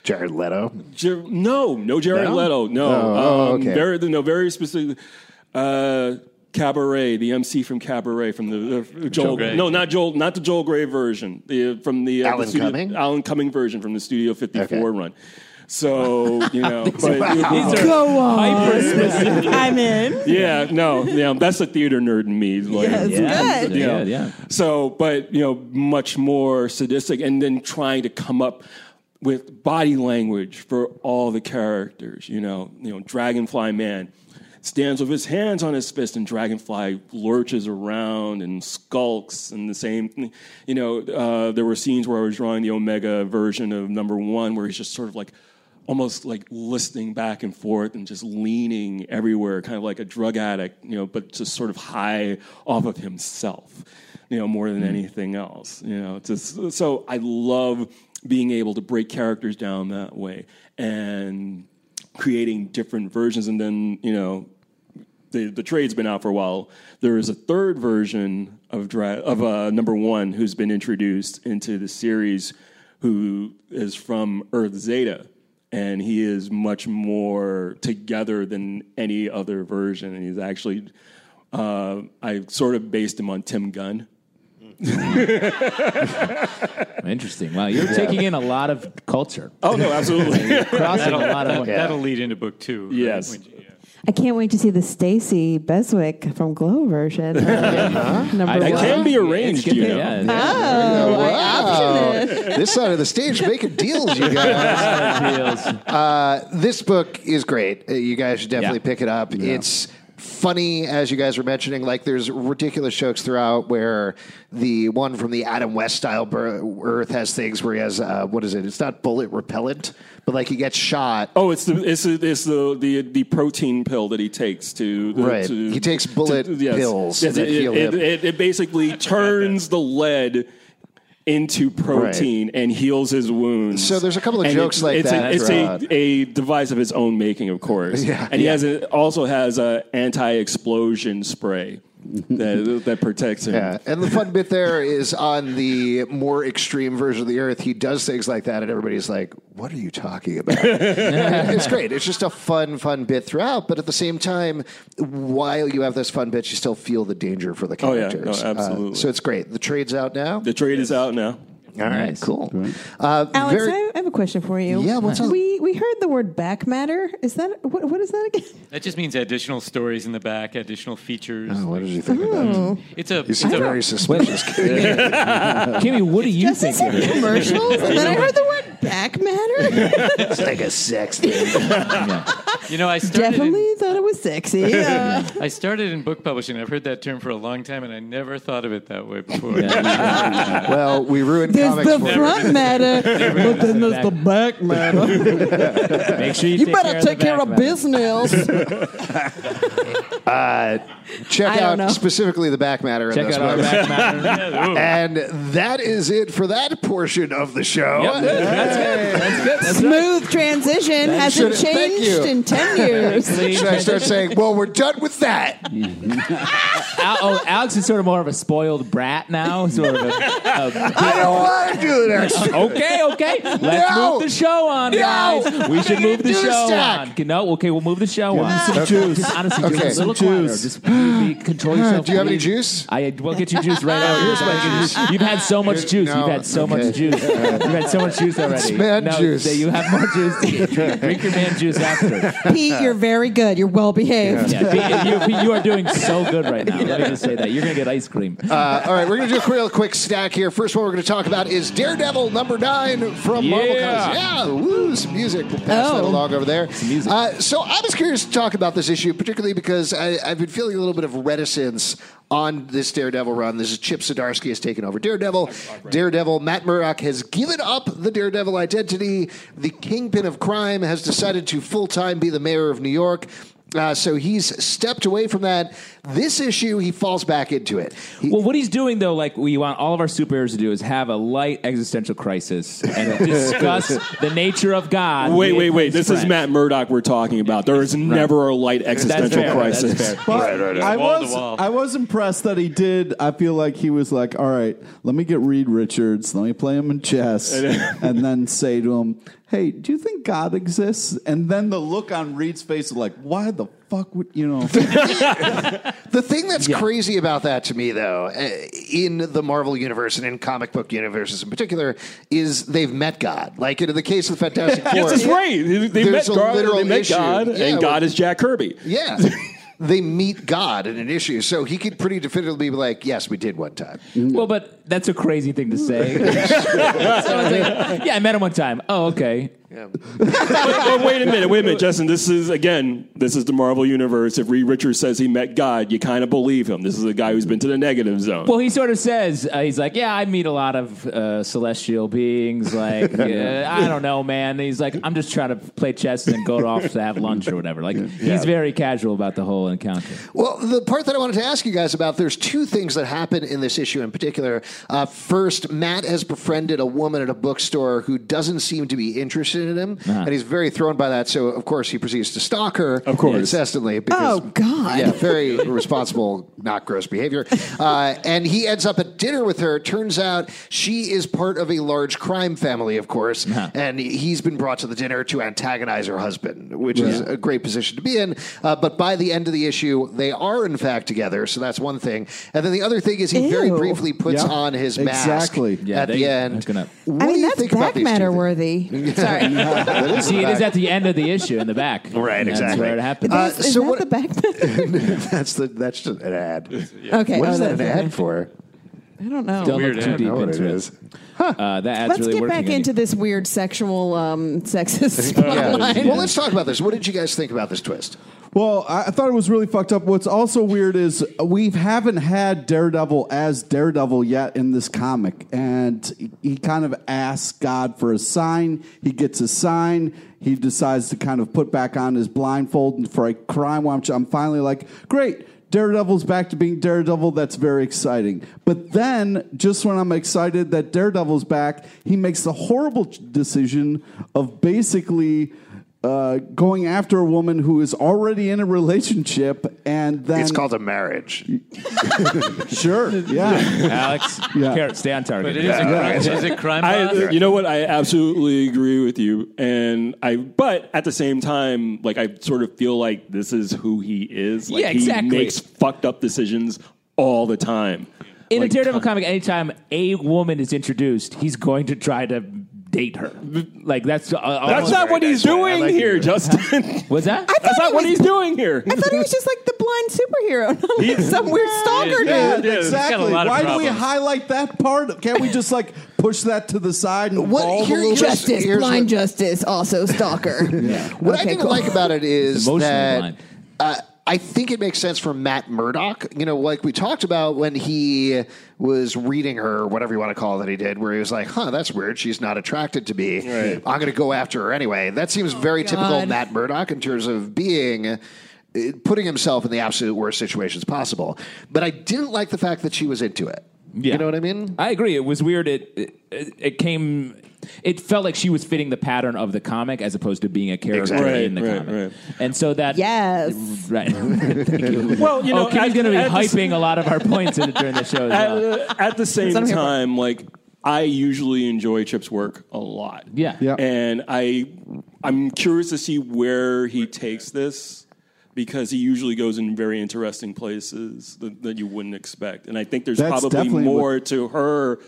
B: Jared Leto.
E: Jer- no, no Jared
B: No?
E: Leto. No,
B: Oh, oh,
E: Um,
B: okay.
E: very, no, very specific. Uh, Cabaret, the MC from Cabaret, from the, the Joel.
G: Gray.
E: No, not Joel, not the Joel Gray version. The uh, from the uh,
B: Alan
E: the studio,
B: Cumming?
E: Alan Cumming version from the Studio Fifty Four
B: Okay.
E: run. So you know, but
C: These are hyper specific.
F: I'm in.
E: yeah, no, yeah, that's a theater nerd in me. Like,
F: Yes.
C: Yeah,
F: Good.
C: yeah,
E: know.
C: yeah.
E: So, but you know, much more sadistic, and then trying to come up with body language for all the characters. You know, you know, Dragonfly Man stands with his hands on his fist, and Dragonfly lurches around and skulks, and the same. You know, uh, there were scenes where I was drawing the Omega version of number one, where he's just sort of like. Almost like listening back and forth and just leaning everywhere, kind of like a drug addict, you know, but just sort of high off of himself you know, more than anything else. You know, just so I love being able to break characters down that way and creating different versions. And then, you know, the the trade's been out for a while. There is a third version of dra- of uh, number one who's been introduced into the series, who is from Earth Zeta, and he is much more together than any other version. And he's actually, uh, I sort of based him on Tim Gunn.
C: Interesting. Wow, you're taking in a lot of culture,
E: Oh no, *laughs* absolutely.
C: crossing a lot of.
G: That'll lead into book two.
E: Yes.
F: I can't wait to see the Stacy Beswick from Glow
E: *laughs*
F: version. of Number
C: I
F: one.
E: It can be
C: It's
E: arranged,
C: good,
E: you know.
C: yeah.
F: Oh, I optioned it.
B: Oh, this side of the stage making deals, you
E: *laughs*
B: guys.
C: Feels-
B: this book is great. Uh, You guys should definitely
C: Yeah.
B: pick it up. It's funny, as you guys were mentioning. Like, there's ridiculous jokes throughout where the one from the Adam West style bur- Earth has things where he has, uh, what is it? It's not bullet repellent, but like he gets shot.
E: Oh, it's the it's, the- it's the, the the protein pill that he takes to
B: Right.
E: to-
B: He takes bullet pills
E: Yes,
B: that
E: it,
B: heal
E: it,
B: him.
E: it- it
B: *laughs*
E: basically turns the lead into protein and heals his wounds.
B: So there's a couple of
E: And
B: jokes like
E: it's
B: that
E: A, it's
B: throughout.
E: a, a device of his own making, of course.
B: *laughs* Yeah.
E: And he has a, also has a anti-explosion
B: *laughs*
E: spray that that protects him.
B: Yeah, and the fun bit there is on the more extreme version of the Earth, he does things like that, and everybody's like, "What are you talking about?"
E: *laughs*
B: it's great. It's just a fun, fun bit throughout. But at the same time, while you have this fun bit, you still feel the danger for the
E: Oh, yeah. No,
B: characters. Uh,
E: absolutely.
B: so it's great. The trade's out now.
E: The trade is out now.
B: All right,
C: Nice.
B: cool. Uh,
F: Alex,
B: very-
F: I have- I have a question for you.
B: Yeah, what's up?
F: We we heard the word back matter. Is that what? What is that again?
G: That just means additional stories in the back, additional features.
B: Oh, what did you think about?
F: Oh.
G: It's a,
B: You
G: it's
B: seem
G: a
B: very suspicious. *laughs*
C: Kimmy, what do you
F: Does it
C: think?
F: say commercials? And then I heard the word back
B: *laughs*
F: matter.
B: it's like a sex thing.
G: you know I started in-
F: Definitely thought it was
B: *laughs*
F: sexy. Uh,
G: I started in book publishing. I've heard that term for a long time, and I never thought of it that way before.
B: *laughs* well, we ruined
F: there's
B: comics
F: the
B: for you.
F: front
B: *laughs*
F: matter, but then there's the back matter.
C: Make sure you,
F: You
C: take
F: better
C: care
F: take care
C: of,
F: of
C: the back
F: business.
B: *laughs*
F: I
B: Uh, Check
F: don't
B: out
F: know.
B: specifically the back matter. in
C: matter.
B: this
C: Check out our
B: book.
C: back matter.
B: And that is it for that portion of the show.
F: Smooth transition
B: should-
F: hasn't
B: thank you.
F: changed
B: *laughs*
F: in ten years.
B: Should I start saying, well, we're done with that?
C: Al- oh, Alex is sort of more of a spoiled brat now. Sort of a,
F: *laughs*
B: I don't want to do the next.
C: okay, okay. Let's
B: No.
C: move the show on,
B: No.
C: guys. We should
B: You're
C: move the
B: gonna do
C: show
B: stack.
C: on. No, okay, we'll move the show on.
D: Some juice.
C: Just honestly, just
B: Okay.
C: a little
D: Some
C: quieter.
D: juice.
C: Just be, be- control yourself.
B: Do you have any
C: please.
B: juice?
C: I will get you juice right now. Here's my juice. You've had so much juice.
B: no,
C: You've had so
B: okay.
C: much juice. You've had so much juice already.
B: man
C: no,
B: juice.
C: that You have more juice. To get. Drink your man juice after.
B: *laughs*
F: Pete, you're very good. You're well behaved.
C: Yeah, you, you- you are doing so good right now. Let me just say that. You're going to get ice cream.
B: Uh, all right, we're going to do a real quick stack here. First one we're going to talk about is Daredevil number nine from Marvel
C: Yeah.
B: Comics. Yeah, woo, some music. We'll pass
F: Oh.
B: that along over there.
C: music.
B: Uh, so I was curious to talk about this issue, particularly because I, I've been feeling a little bit of reticence on this Daredevil run. This is Chip Zdarsky has taken over Daredevil. Daredevil Matt Murdock has given up the Daredevil identity. The kingpin of crime has decided to full time be the mayor of New York. Uh, so he's stepped away from that. This issue, he falls back into it. He-
C: Well, what he's doing though, like we want all of our superheroes to do, is have a light existential
B: *laughs*
C: crisis and discuss the nature of God.
E: Wait,
C: with
E: wait, wait.
C: his
E: This is
C: friends.
E: Matt Murdock we're talking about. There is never a light
C: That's
E: existential
C: fair.
E: crisis.
C: That's fair.
D: *laughs* But I
G: Wall to
D: was
G: wall.
D: I was impressed that he did. I feel like he was like, all right, let me get Reed Richards, let me play him in chess, *laughs* and then say to him, hey, do you think God exists? And then the look on Reed's face was like, why the fuck would you know?
B: The thing that's crazy about that to me, though, eh, in the Marvel universe and in comic book universes in particular, is they've met God. Like in the case of the Fantastic Four,
E: *laughs* Yes, that's right. They
B: There's
E: met
B: a
E: God, they
B: literal
E: met
B: issue.
E: God,
B: Yeah,
E: and
B: well-
E: God is Jack Kirby. *laughs*
B: yeah, they meet God in an issue, so he could pretty definitively be like, "Yes, we did one time."
C: Well, but that's a crazy thing
B: *laughs*
C: to say. so it's like, yeah, I met him one time. Oh, okay.
E: But wait a minute, wait a minute, Justin. This is again, this is the Marvel universe. If Reed Richards says he met God, you kind of believe him. This is a guy who's been to the negative zone.
C: Well, he sort of says uh, he's like, yeah, I meet a lot of uh, celestial beings. Like,
B: *laughs*
C: uh, I don't know, man. And he's like, I'm just trying to play chess and go off to have lunch or whatever. Like, he's very casual about the whole encounter.
B: Well, the part that I wanted to ask you guys about, there's two things that happen in this issue in particular. Uh, first, Matt has befriended a woman at a bookstore who doesn't seem to be interested in him,
E: Uh-huh.
B: and he's very thrown by that. So, of course, he proceeds to stalk her
E: Of course.
B: incessantly. Because,
F: Oh, God.
B: Yeah, very responsible, not gross behavior. Uh, and he ends up at dinner with her. Turns out she is part of a large crime family, of course, and he's been brought to the dinner to antagonize her husband, which is a great position to be in. Uh, but by the end of the issue, they are in fact together, so that's one thing. And then the other thing is he very
F: Ew.
B: briefly puts
D: Yeah.
B: on his mask
D: Exactly.
C: Yeah,
B: at
C: they-
B: the
C: that's
B: end.
C: gonna-
B: What do
F: I mean,
B: you
F: that's
B: think about
F: back
B: these two
F: matter
B: things?
F: worthy. Sorry.
B: That is
C: See,
B: the
C: it is
B: back.
C: at the end of the issue in the back.
B: *laughs* Right,
C: That's
B: exactly.
C: where it happens.
B: Uh,
F: is
B: so
F: that
B: what-
F: the back?
B: *laughs* that's the that's just an ad.
F: okay.
B: What
F: oh,
B: is that an
F: that's-
B: ad for?
F: I don't know.
C: Don't
G: Weird
C: look too
G: ad.
C: deep
B: I don't know what it
C: into it.
B: is.
C: Uh, that ad's
F: Let's
C: really
F: get
C: working
F: back
C: on you.
F: into this weird sexual,
E: *laughs*
F: um, sexist plotline.
B: Well, let's talk about this. What did you guys think about this twist?
D: Well, I I thought it was really fucked up. What's also weird is we haven't had Daredevil as Daredevil yet in this comic, and he- he kind of asks God for a sign. He gets a sign. He decides to kind of put back on his blindfold for a crime. Which I'm finally like, great. Daredevil's back to being Daredevil. That's very exciting. But then, just when I'm excited that Daredevil's back, he makes the horrible decision of basically uh, going after a woman who is already in a relationship, and then
F: Um,
B: It's called a marriage.
D: *laughs* sure, yeah,
B: *laughs*
C: Alex,
D: Yeah.
C: Carrot, stay on
G: But
C: target.
G: it is a crime. It is a crime.
E: I,
G: pod.
E: you know what? I absolutely agree with you, and I. But at the same time, like I sort of feel like this is who he is. Like,
C: Yeah, exactly.
E: He makes fucked up decisions all the time.
C: In
E: Like,
C: a Daredevil comic, anytime a woman is introduced, he's going to try to date her. Like that's uh,
E: That's
C: almost-
E: not what he's doing
B: like
C: *laughs*
E: here, Justin.
C: Was that?
E: That's
F: thought
E: not
F: he
E: what
F: was-
E: he's doing here.
F: I thought he was just like the blind superhero, *laughs* not like some weird stalker
E: Yeah,
G: got
E: yeah.
F: dude.
G: a
D: exactly.
G: lot of
D: Why do we
G: problems.
D: highlight that part? Can't we just like push that to the side and
B: What-
D: bald a
B: here-
D: little bit?
B: here's-
F: Justice,
B: here's
F: blind
B: the-
F: justice,
E: *laughs*
F: also stalker.
B: What I
F: Okay,
B: didn't
F: cool.
B: like about
F: *laughs*
B: it is
C: emotionally
B: that
C: blind.
B: uh, I think it makes sense for Matt Murdock. You know, like we talked about when he was reading her, whatever you want to call it that he did, where he was like, huh, that's weird. She's not attracted to me. I'm going to go after her anyway. That seems very typical
F: Oh, God.
B: Matt Murdock in terms of being. uh, Putting himself in the absolute worst situations possible, but I didn't like the fact that she was into it.
C: *laughs* Yeah.
B: You know what I mean?
C: I agree. It was weird. It, it it came. It felt like she was fitting the pattern of the comic as opposed to being a character
B: Exactly.
C: in the
E: Right, right,
C: comic.
E: right.
C: And so that
F: Yes.
C: *laughs* right. Thank you.
E: Well, you know,
C: oh, Kenny's
E: at-
C: going to be
E: at the s-
C: hyping a lot of our points in, during the show. As
E: Uh, at,
C: well.
E: at the same
F: what I'm here for.
E: time, like I usually enjoy Chip's work a lot.
C: Yeah. Yeah.
E: And I I'm curious to see where he takes this because he usually goes in very interesting places that, that you wouldn't expect. And I think there's
D: That's
E: probably
D: definitely
G: *laughs*
D: what-
E: more to her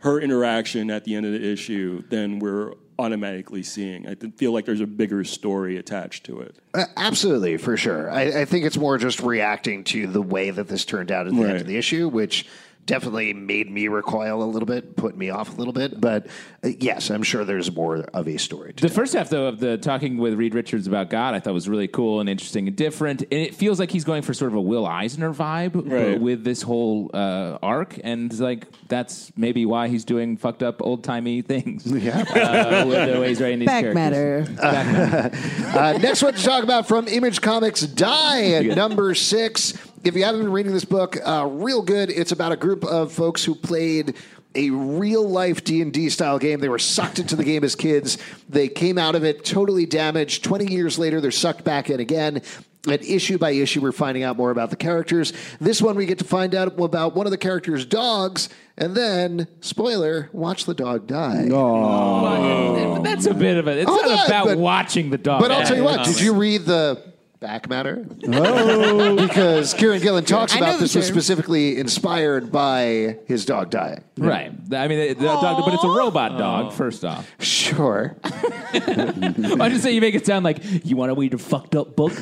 E: her interaction at the end of the issue than we're automatically seeing. I th- feel like there's a bigger story attached to it.
B: Uh, absolutely, for sure. I, I think it's more just reacting to the way that this turned out at the end
E: Right.
B: of the issue, which definitely made me recoil a little bit, put me off a little bit. But uh, yes, I'm sure there's more of a story. To
C: The first half, though, of the talking with Reed Richards about God, I thought was really cool and interesting and different. And it feels like he's going for sort of a Will Eisner vibe uh,
E: Right.
C: with this whole uh, arc, and like that's maybe why he's doing fucked up old
B: *laughs*
C: timey things. Yeah, uh, with the way he's writing these
F: Back
C: characters.
F: matter.
B: Uh, next one to talk about from Image Comics Die at number six. If you haven't been reading this book, uh, real good. It's about a group of folks who played a real life D&D style game. They were sucked into the game as kids. They came out of it totally damaged. 20 years later, they're sucked back in again. And issue by issue, we're finding out more about the characters. This one, we get to find out about one of the characters' dogs, and then, spoiler, watch the dog die.
C: But That's a bit of a. It's
B: Oh,
C: not
B: yeah,
C: about
B: but-
C: watching the dog.
B: But I'll tell you what,
G: comics.
B: did you read the back matter? Oh. because Kieran Gillen talks
F: I know
B: about this
F: the
B: was
F: term.
B: specifically inspired by his dog dying.
C: right? I mean, the, the dog, but it's a
F: Oh.
C: robot dog. First off, *laughs*
B: Sure.
C: I just say you make it sound like you want to read a fucked
B: *laughs*
C: up book.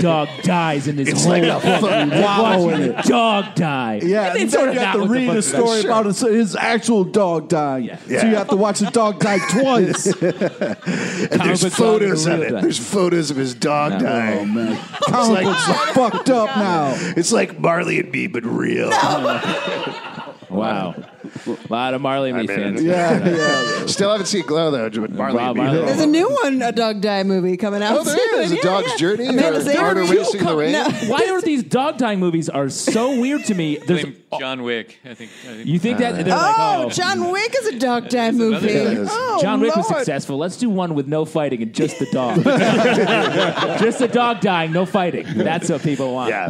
C: dog dies in his
B: It's
C: whole
D: *laughs*
B: like a fucking
C: watch
D: Oh,
B: wow in
C: the
B: it.
C: dog die.
D: Yeah,
C: it's
D: and then
C: sort of
D: you
C: not
D: have to
C: what the
D: read
C: book
D: a
C: is about.
D: story about his, his actual dog dying.
C: Yeah.
D: So you have to watch the dog die twice.
B: And there's
C: book dog
B: photos
C: and
B: of
C: real
B: it.
C: dog.
B: *laughs* There's photos of his dog dying.
D: man.
B: like-
D: Comic books are fucked up now.
B: It's like Marley and me, but real.
C: Wow. A lot of Marley and Me
B: mean,
C: fans.
D: Yeah, yeah.
B: Still haven't seen Glow though, but Marley
C: Rob
B: and me.
C: Island.
F: There's a new one, a Dog Die movie coming out.
B: Oh, there is
F: soon.
B: a dog's journey.
F: Amanda
B: or
F: Seyfried.
B: Garter racing the rain.
F: No.
C: Why
F: *laughs*
C: are these dog dying movies are so weird to me? There's,
G: Blame John Wick. I think. I think
C: you think that they're like,
F: Oh,
C: oh,
F: John Wick is a Dog Die movie.
B: Yeah.
F: Oh,
C: John Wick was
F: Lord.
C: successful. Let's do one with no fighting and just the dog. *laughs* just the dog dying, no fighting. That's what people want.
B: Yeah,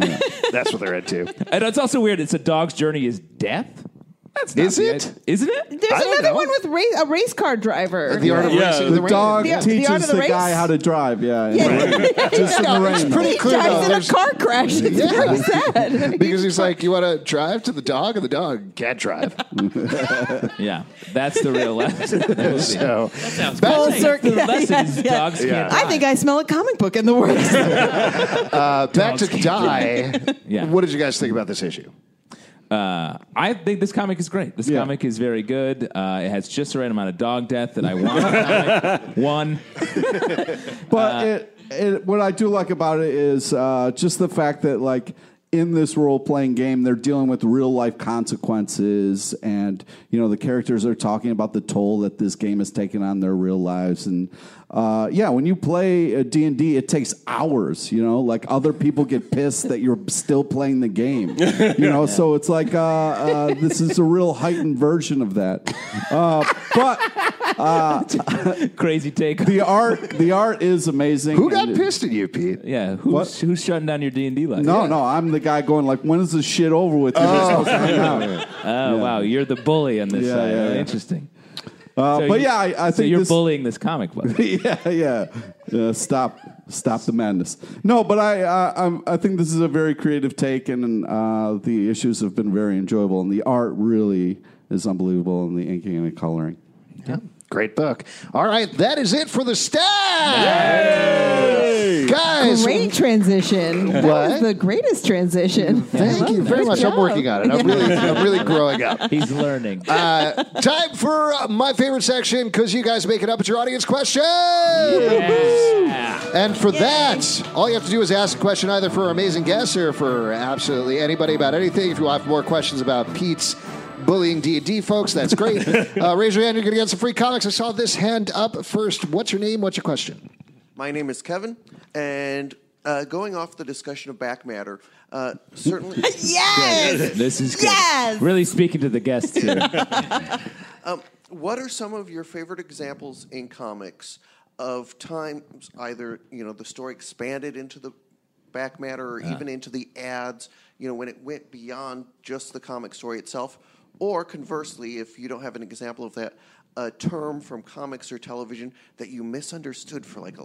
B: that's what they're into.
C: And it's also weird. It's a dog's journey is death. *laughs* That's not
B: Is
C: the
B: it?
C: idea- Isn't it?
F: There's
B: I don't
F: another
B: know.
F: one with race, a race car driver.
B: The
F: *laughs*
B: art of
E: Yeah,
B: racing
E: the
B: the rain.
D: Dog
F: The- the art
D: teaches
F: of
D: the,
F: the race?
D: guy how to drive. Yeah.
F: Just
D: in the rain.
B: pretty
F: He
B: clear, though.
F: dies in a
B: There's-
F: car crash. It's
B: Yeah.
F: very
B: *laughs*
F: sad.
B: Because he's like, you want to drive to the dog, and the dog can't
C: *laughs*
B: drive.
C: Yeah, that's the real lesson.
B: So
G: sounds
B: back-
F: Full circle.
C: the lesson is
F: Yeah, yeah.
C: dogs
B: Yeah.
C: can't.
F: I think I smell a comic book in
B: *laughs*
F: the works.
B: uh, back to die.
C: *laughs* Yeah.
B: What did you guys think about this issue?
C: I think this comic is great. This
D: Yeah.
C: comic is very good. Uh, it has just the right amount of dog death that I
D: *laughs*
C: want. One.
D: But it, it, what I do like about it is uh, just the fact that, like, in this role playing game, they're dealing with real life consequences, and you know the characters are talking about the toll that this game has taken on their real lives. And uh, yeah, when you play uh, D and D, it takes hours. You know, like other people get pissed that you're still playing the game. You know, so it's like uh, uh, this is a real heightened version of that. Uh, but
C: Crazy take.
D: the art, the art is amazing.
B: Who got
D: and-
B: pissed at you, Pete?
C: yeah, who's
D: What?
C: who's shutting down your D and D life?
D: No, no, I'm the guy going like, when is this shit over with? You're supposed to hang out.
C: Oh wow, you're the bully on this
D: Yeah,
C: side.
D: yeah,
C: Oh,
D: yeah.
C: Interesting.
D: Uh,
C: So
D: but
C: you-
D: yeah, I, I
C: So
D: think
C: you're
D: this,
C: bullying this comic book.
D: *laughs* yeah, yeah. Uh, stop, stop the madness. No, but I, uh, I'm, I think this is a very creative take, and uh, the issues have been very enjoyable, and the art really is unbelievable, and the inking and the coloring.
B: Great book. All right, that is it for the staff. Guys,
F: Great transition. That was
B: What?
F: the greatest
B: *laughs*
F: transition.
B: thank you very much. I'm working on it. I'm really, I'm really growing up.
C: He's learning.
B: Uh, time for my favorite section because you guys make it up at your audience question. And for that, all you have to do is ask a question either for our amazing guests or for absolutely anybody about anything. If you have more questions about Pete's bullying D&D folks, that's great. uh, raise your hand. You're going to get some free comics. I saw this hand up first. What's your name? What's your question?
H: My name is Kevin, and uh, going off the discussion of back matter, uh, certainly
F: *laughs* Yes.
C: This is good.
F: Yes.
C: really speaking to the guests
D: *laughs*
C: here.
H: what are some of your favorite examples in comics of times either you know the story expanded into the back matter or even into the ads you know when it went beyond just the comic story itself or conversely if you don't have an example of that a term from comics or television that you misunderstood for like a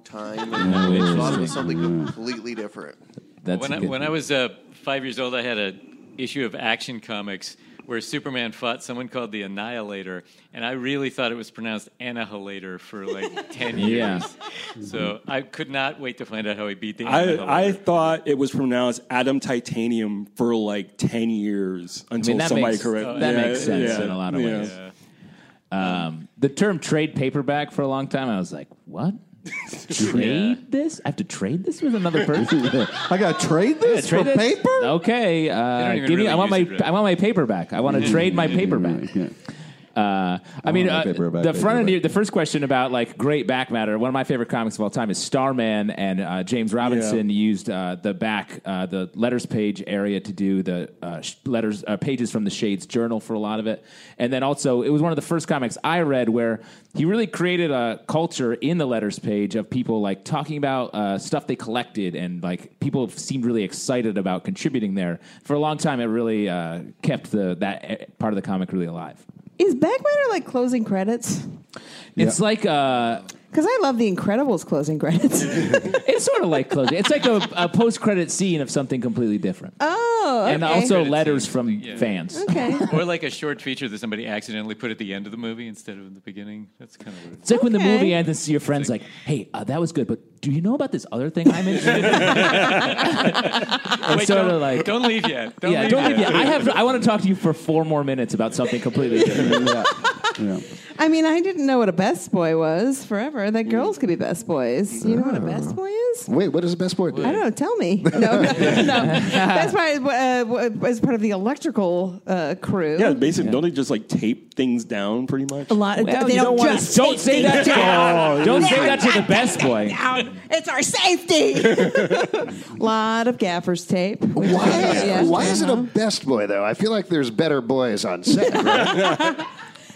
C: *laughs*
H: time and
C: Oh,
H: thought it was something completely different
C: That's
G: when I,
C: good.
G: when I was uh, five years old, I had a issue of Action Comics where Superman fought someone called the Annihilator, and I really thought it was pronounced Annihilator for
C: *laughs*
G: like ten
C: Yeah. Mm-hmm.
G: years. So I could not wait to find out how he beat the Annihilator.
E: I, I thought it was pronounced Adam Titanium for like 10 years until
C: that
E: somebody
C: makes-
E: corrected
C: that makes sense in a lot of ways.
G: Yeah.
C: Um, the term trade paperback for a long time, I was like, what?
D: *laughs*
C: Trade this? I have to trade this with another person?
D: I got to trade this
C: trade
D: for
C: this?
D: paper?
C: Okay,
G: don't
C: uh,
G: even
C: give me.
G: really
C: I want
G: use
C: my.
G: it, really. Mm-hmm.
C: I want my paperback. I want to trade my paperback.
D: Yeah.
C: Uh, I mean,
D: my
C: uh,
D: paperback,
C: the front end.
D: paperback.
C: of The first question about like great back matter. One of my favorite comics of all time is Starman, and uh, James Robinson used uh, the back, uh, the letters page area to do the uh, sh- letters uh, pages from the Shades Journal for a lot of it. And then also, it was one of the first comics I read where he really created a culture in the letters page of people like talking about uh, stuff they collected, and like people seemed really excited about contributing there. For a long time, it really uh, kept the that eh, part of the comic really alive.
F: Is Backmatter like closing credits?
C: It's like uh,
F: Because I love The Incredibles
C: *laughs*
F: closing credits.
C: it's sort of like closing. It's like a, a post credit scene of something completely different,
F: oh, okay.
C: and also
G: Credit
C: letters
G: scene,
C: from
G: yeah.
C: fans.
F: okay.
G: Or like a short feature that somebody accidentally put at the end of the movie instead of in the beginning. That's kind of what it
C: It's like when the
F: Okay.
C: movie ends and see your friends like, "Hey, uh, that was good, but do you know about this other thing I'm *laughs*
F: *laughs*
C: interested in?" it's sort of like,
G: Don't leave yet. Don't
C: "Yeah,
G: leave
C: don't
G: yet.
C: leave yet. I have. I want to talk to you for four more minutes about something completely different."
D: yeah. yeah.
F: I mean, I didn't know what a best boy was forever. That girls could be best boys. You know what a best boy is?
B: Wait, what is the best boy? do?
F: I don't know. Tell
C: *laughs*
F: me. No, no. Best boy is, uh, is part of the electrical uh, crew.
E: Yeah, basically, don't they just like tape things down pretty much?
F: A lot.
C: Well,
F: they
C: you
F: *laughs* don't,
C: don't wanna-
F: just
C: don't say that
F: *laughs*
C: to- Oh,
F: To,
C: Don't say that
F: *laughs*
C: to the best boy.
F: It's our safety. *laughs* lot of gaffers tape.
B: Why,
F: Yeah. Uh-huh.
B: why is it a best boy though? I feel like there's better boys on
F: *laughs*
B: set. Uh,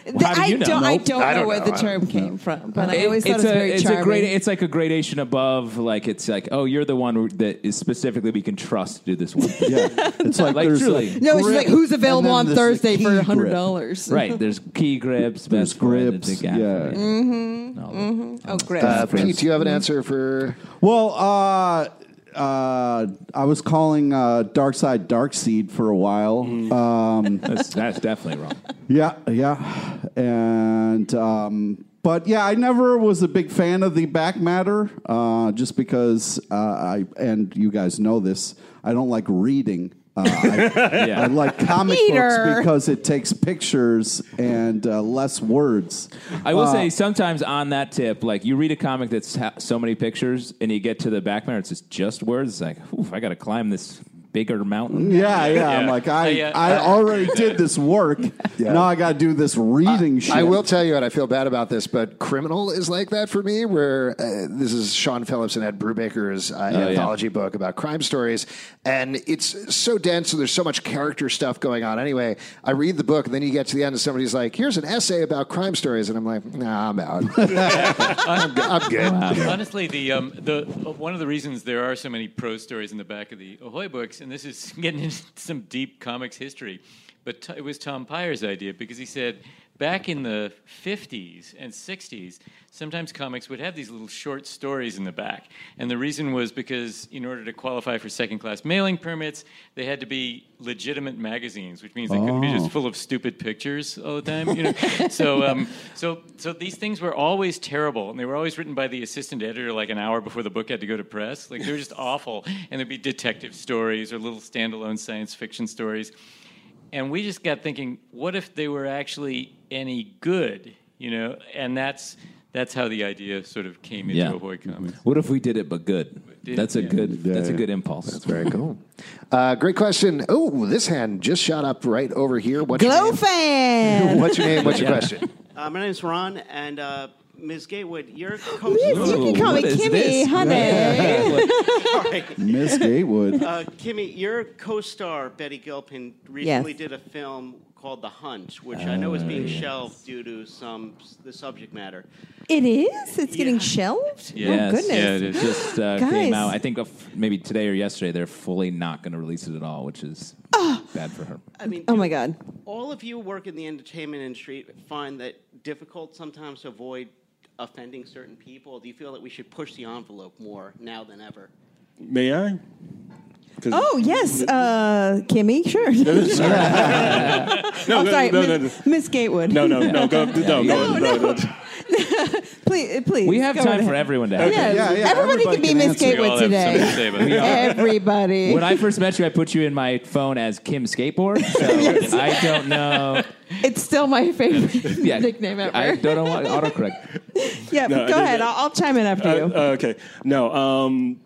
B: Right?
C: How do
F: I
C: you know?
F: don't. I
C: Nope.
F: don't
B: I
F: know,
B: don't
F: where
B: know.
F: the
B: I
F: term came from, but I
C: It-
F: always thought
C: it's
F: it was
C: a,
F: very
C: it's
F: charming.
C: a grade, it's like a gradation above. Like it's like, oh, you're the one that is specifically we can trust to do this
F: *laughs*
C: one.
D: Yeah.
C: *laughs*
D: It's like,
C: Like,
D: there's
C: truly.
D: like
F: no, it's just
D: grip,
F: like who's
D: and
F: available
D: then
F: on
D: there's the
F: Thursday for
D: key
F: hundred
D: grip.
F: dollars.
C: right? There's key grips,
D: There's
C: best friend,
D: grips,
C: it's a gap.
D: yeah.
C: Mm-hmm. mm-hmm.
F: Oh, grip.
B: Uh, Pete, do you have an answer for?
D: Well, uh, uh, I was calling uh, Dark Side Dark Seed for a while.
C: Mm.
D: Um,
C: That's, that's definitely wrong.
D: yeah, yeah, and um, but yeah, I never was a big fan of the back matter, uh, just because uh, I and you guys know this. I don't like reading. Uh,
E: *laughs*
D: I, I like comic
F: Peter.
D: books because it takes pictures and uh, less words.
C: *laughs* I will say sometimes on that tip, like you read a comic that's ha- so many pictures, and you get to the back matter, it's just, just words. It's like, oof, I got to climb this bigger mountain.
D: Yeah, yeah. I'm
G: Yeah.
D: like,
G: I,
D: I,
G: uh,
D: I already did this work. Now I got to do this reading shit.
B: I will tell you, and I feel bad about this, but Criminal is like that for me. Where uh, this is Sean Phillips and Ed Brubaker's uh, anthology book about crime stories, and it's so dense, and there's so much character stuff going on. Anyway, I read the book, and then you get to the end, and somebody's like, "Here's an essay about crime stories," and I'm like, "Nah, I'm
F: *laughs*
B: out. *laughs* I'm good. I'm good.
G: Honestly, the um, the uh, one of the reasons there are so many prose stories in the back of the Ahoy books, and this is *laughs* getting into some deep comics history, but t- it was Tom Pyre's idea because he said back in the 50s and 60s, sometimes comics would have these little short stories in the back, and the reason was because in order to qualify for second class mailing permits, they had to be legitimate magazines, which means they couldn't be just full of stupid pictures all the time. You know? *laughs* so, um, so, so these things were always terrible, and they were always written by the assistant editor like an hour before the book had to go to press. Like they were just awful, and there'd be detective stories or little standalone science fiction stories. And we just got thinking, what if they were actually any good? You know, and that's that's how the idea sort of came into
C: Yeah.
G: Ahoy Comics.
C: What if we did it but good?
G: Did-
C: that's a
G: yeah.
C: good. that's a good *laughs* impulse.
B: *laughs* Very cool. Uh, great question. Oh, this hand just shot up right over here. What's *laughs*
F: Glow
B: your name?
F: fan.
B: What's your name? What's
C: *laughs*
B: your question?
I: Uh, my name's Ron, and uh, Ms. Gatewood,
F: *gasps*
I: you're
F: Yes, you
I: co-
F: can call me
C: what is
F: Kimmy,
C: this?
F: honey.
I: sorry.
E: *laughs*
D: Miss Gatewood.
I: Uh, Kimmy, your co-star Betty Gilpin recently
F: Yes. Oh,
I: did a film called The Hunt, which I know is being shelved due to some the subject matter.
F: It is. It's getting shelved.
G: Yes.
F: Oh goodness.
G: Yeah, it is.
C: just uh,
F: Guys.
C: came out. I think of- maybe today or yesterday they're fully not going to release it at all, which is bad for her.
I: I mean,
F: Oh
I: do
F: my god.
I: all of you work in the entertainment industry find that difficult sometimes to avoid offending certain people? Do you feel that we should push the envelope more now than ever?
E: May I? 'Cause-
F: Oh yes, uh, *laughs* Kimmy,
E: *laughs*
F: sure. *laughs*
E: no,
F: I'm
E: no,
F: sorry,
E: no,
F: Miss,
E: no, no.
F: Miss Gatewood.
E: No,
G: Oh,
E: no, no, go, no, go, no, no.
F: please, uh, please.
C: We have
F: go
C: time
F: ahead.
C: for everyone to.
F: Yeah,
D: Yeah, yeah,
F: everybody,
D: everybody
F: can be
D: can
F: Miss
D: answer. We
G: We all
F: Gatewood
G: have something to
F: today.
G: say about that.
F: Everybody.
C: When I first met you, I put you in my phone as Kim Skateboard.
F: *laughs*
C: So I don't know.
F: it's still my favorite
C: Yeah,
F: nickname
E: Uh,
F: ever.
C: I don't know what autocorrect.
F: yeah,
E: No, I
F: go
E: did
F: ahead.
E: that.
F: I'll, I'll chime in after you.
E: Uh, okay. No. Um,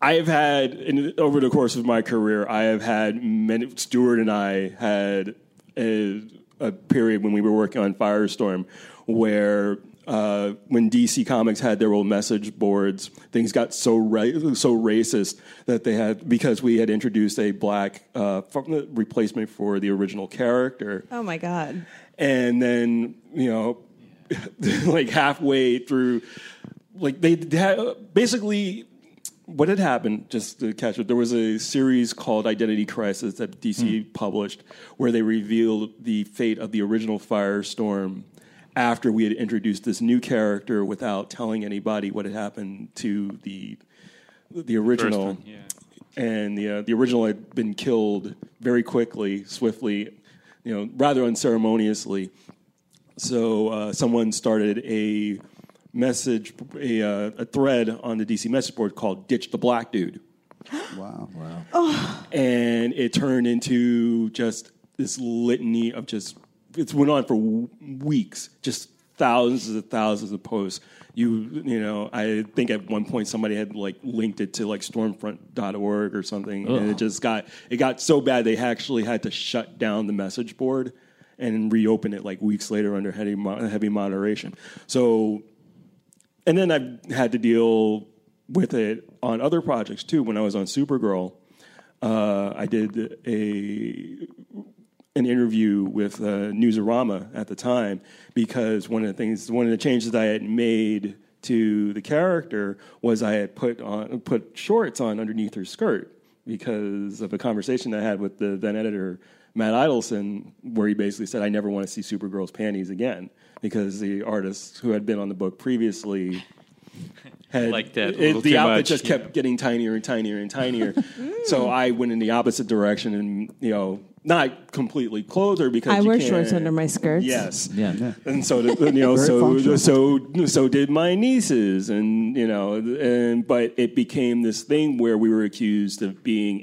E: I have had in, over the course of my career, I have had many. Stuart and I had a, a period when we were working on Firestorm, where uh, when DC Comics had their old message boards, things got so ra- so racist that they had because we had introduced a black uh, fu- replacement for the original character
F: oh my god.
E: and then you know like halfway through like they d- ha- basically what had happened just to catch up there was a series called identity crisis that dc
C: Hmm.
E: published where they revealed the fate of the original firestorm after we had introduced this new character without telling anybody what had happened to the the original
G: one, yeah.
E: and the uh, the original had been killed very quickly, swiftly, you know, rather unceremoniously. So uh, someone started a message, a, uh, a thread on the DC message board called "Ditch the Black Dude,"
D: Wow. Wow.
E: and it turned into just this litany of just. It went on for w- weeks, just thousands and thousands of posts. You, you know, I think at one point somebody had like linked it to like stormfront.org or something, and it just got it got so bad they actually had to shut down the message board and reopen it like weeks later under heavy mo- heavy moderation. So and then I've had to deal with it on other projects too. When I was on Supergirl, uh, I did a an interview with uh, Newsarama at the time because one of the things, one of the changes I had made to the character was I had put on put shorts on underneath her skirt because of a conversation I had with the then editor Matt Idelson, where he basically said, "I never want to see Supergirl's panties again." Because the artist who had been on the book previously had
G: Like that a
E: it-
G: little
E: the
G: too
E: outfit
G: much,
E: just
G: yeah.
E: kept getting tinier and tinier and tinier. so I went in the opposite direction, and you know, not completely clothed her because
F: I
E: you
F: wear
E: can't-
F: shorts under my skirts.
E: Yes,
C: Yeah. Yeah.
E: and so did, you know,
D: Very
E: so
D: functional.
E: so so did my nieces, and you know, and but it became this thing where we were accused of being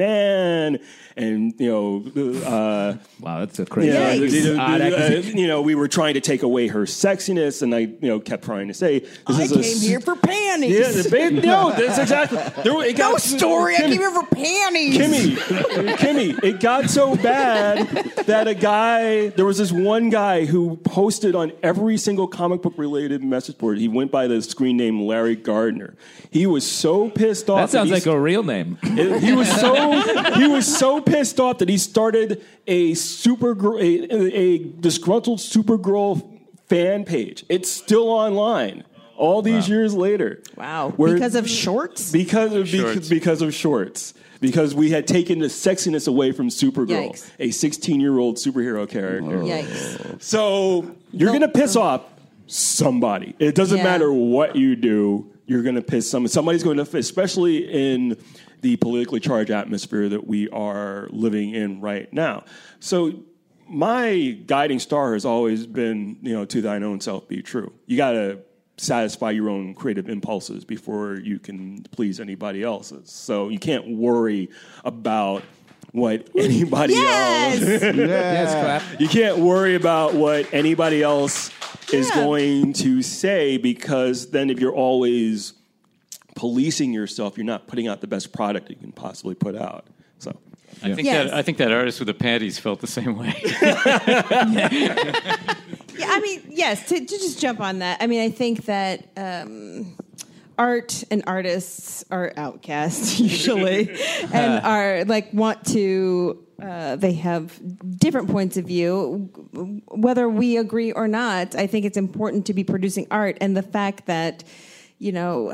E: anti-man, and you know. Uh,
C: Wow, that's a crazy.
E: yeah,
F: Yikes.
E: the- the- the-
C: Odd accusation.
E: uh, you know, we were trying to take away her sexiness, and I, you know, kept trying to say, "This
F: I
E: is
F: came
E: a s-
F: here for
E: yeah,
F: panties.
E: the big, no, that's exactly. There, were- it got,
F: no story. I
E: Kimmy,
F: came here for panties.
E: Kimmy, Kimmy, it got so bad that a guy, there was this one guy who posted on every single comic book related message board. He went by the screen name Larry Gardner. He was so pissed off.
C: That sounds
E: he
C: like a real name.
E: it- he was
C: *laughs*
E: so *laughs* he was so pissed off that he started a super a, a disgruntled Supergirl fan page. It's still online all these years later.
F: Wow.
E: Where-
F: because of shorts?
E: Because of because,
G: Shorts.
E: because of shorts. Because we had taken the sexiness away from Supergirl,
F: Yikes.
E: a 16-year-old superhero character.
F: Yikes.
E: So you're
F: No.
E: gonna piss off somebody. It doesn't
F: Yeah.
E: matter what you do. You're gonna piss some. Somebody's going to, especially in the politically charged atmosphere that we are living in right now. So my guiding star has always been, you know, to thine own self be true. You gotta satisfy your own creative impulses before you can please anybody else's. So you can't worry about what anybody else
F: *laughs* Yes.
C: Yes, clap.
E: you can't worry about what anybody else is
F: Yeah.
E: going to say because then if you're always policing yourself, you're not putting out the best product you can possibly put out. So
G: I think
F: Yes.
G: that I think that artist with the panties felt the same way. *laughs*
F: yeah, I mean, yes, to, to just jump on that, I mean, I think that um, art and artists are outcast *laughs* usually and are like want to, uh, they have different points of view. Whether we agree or not, I think it's important to be producing art and the fact that, you know,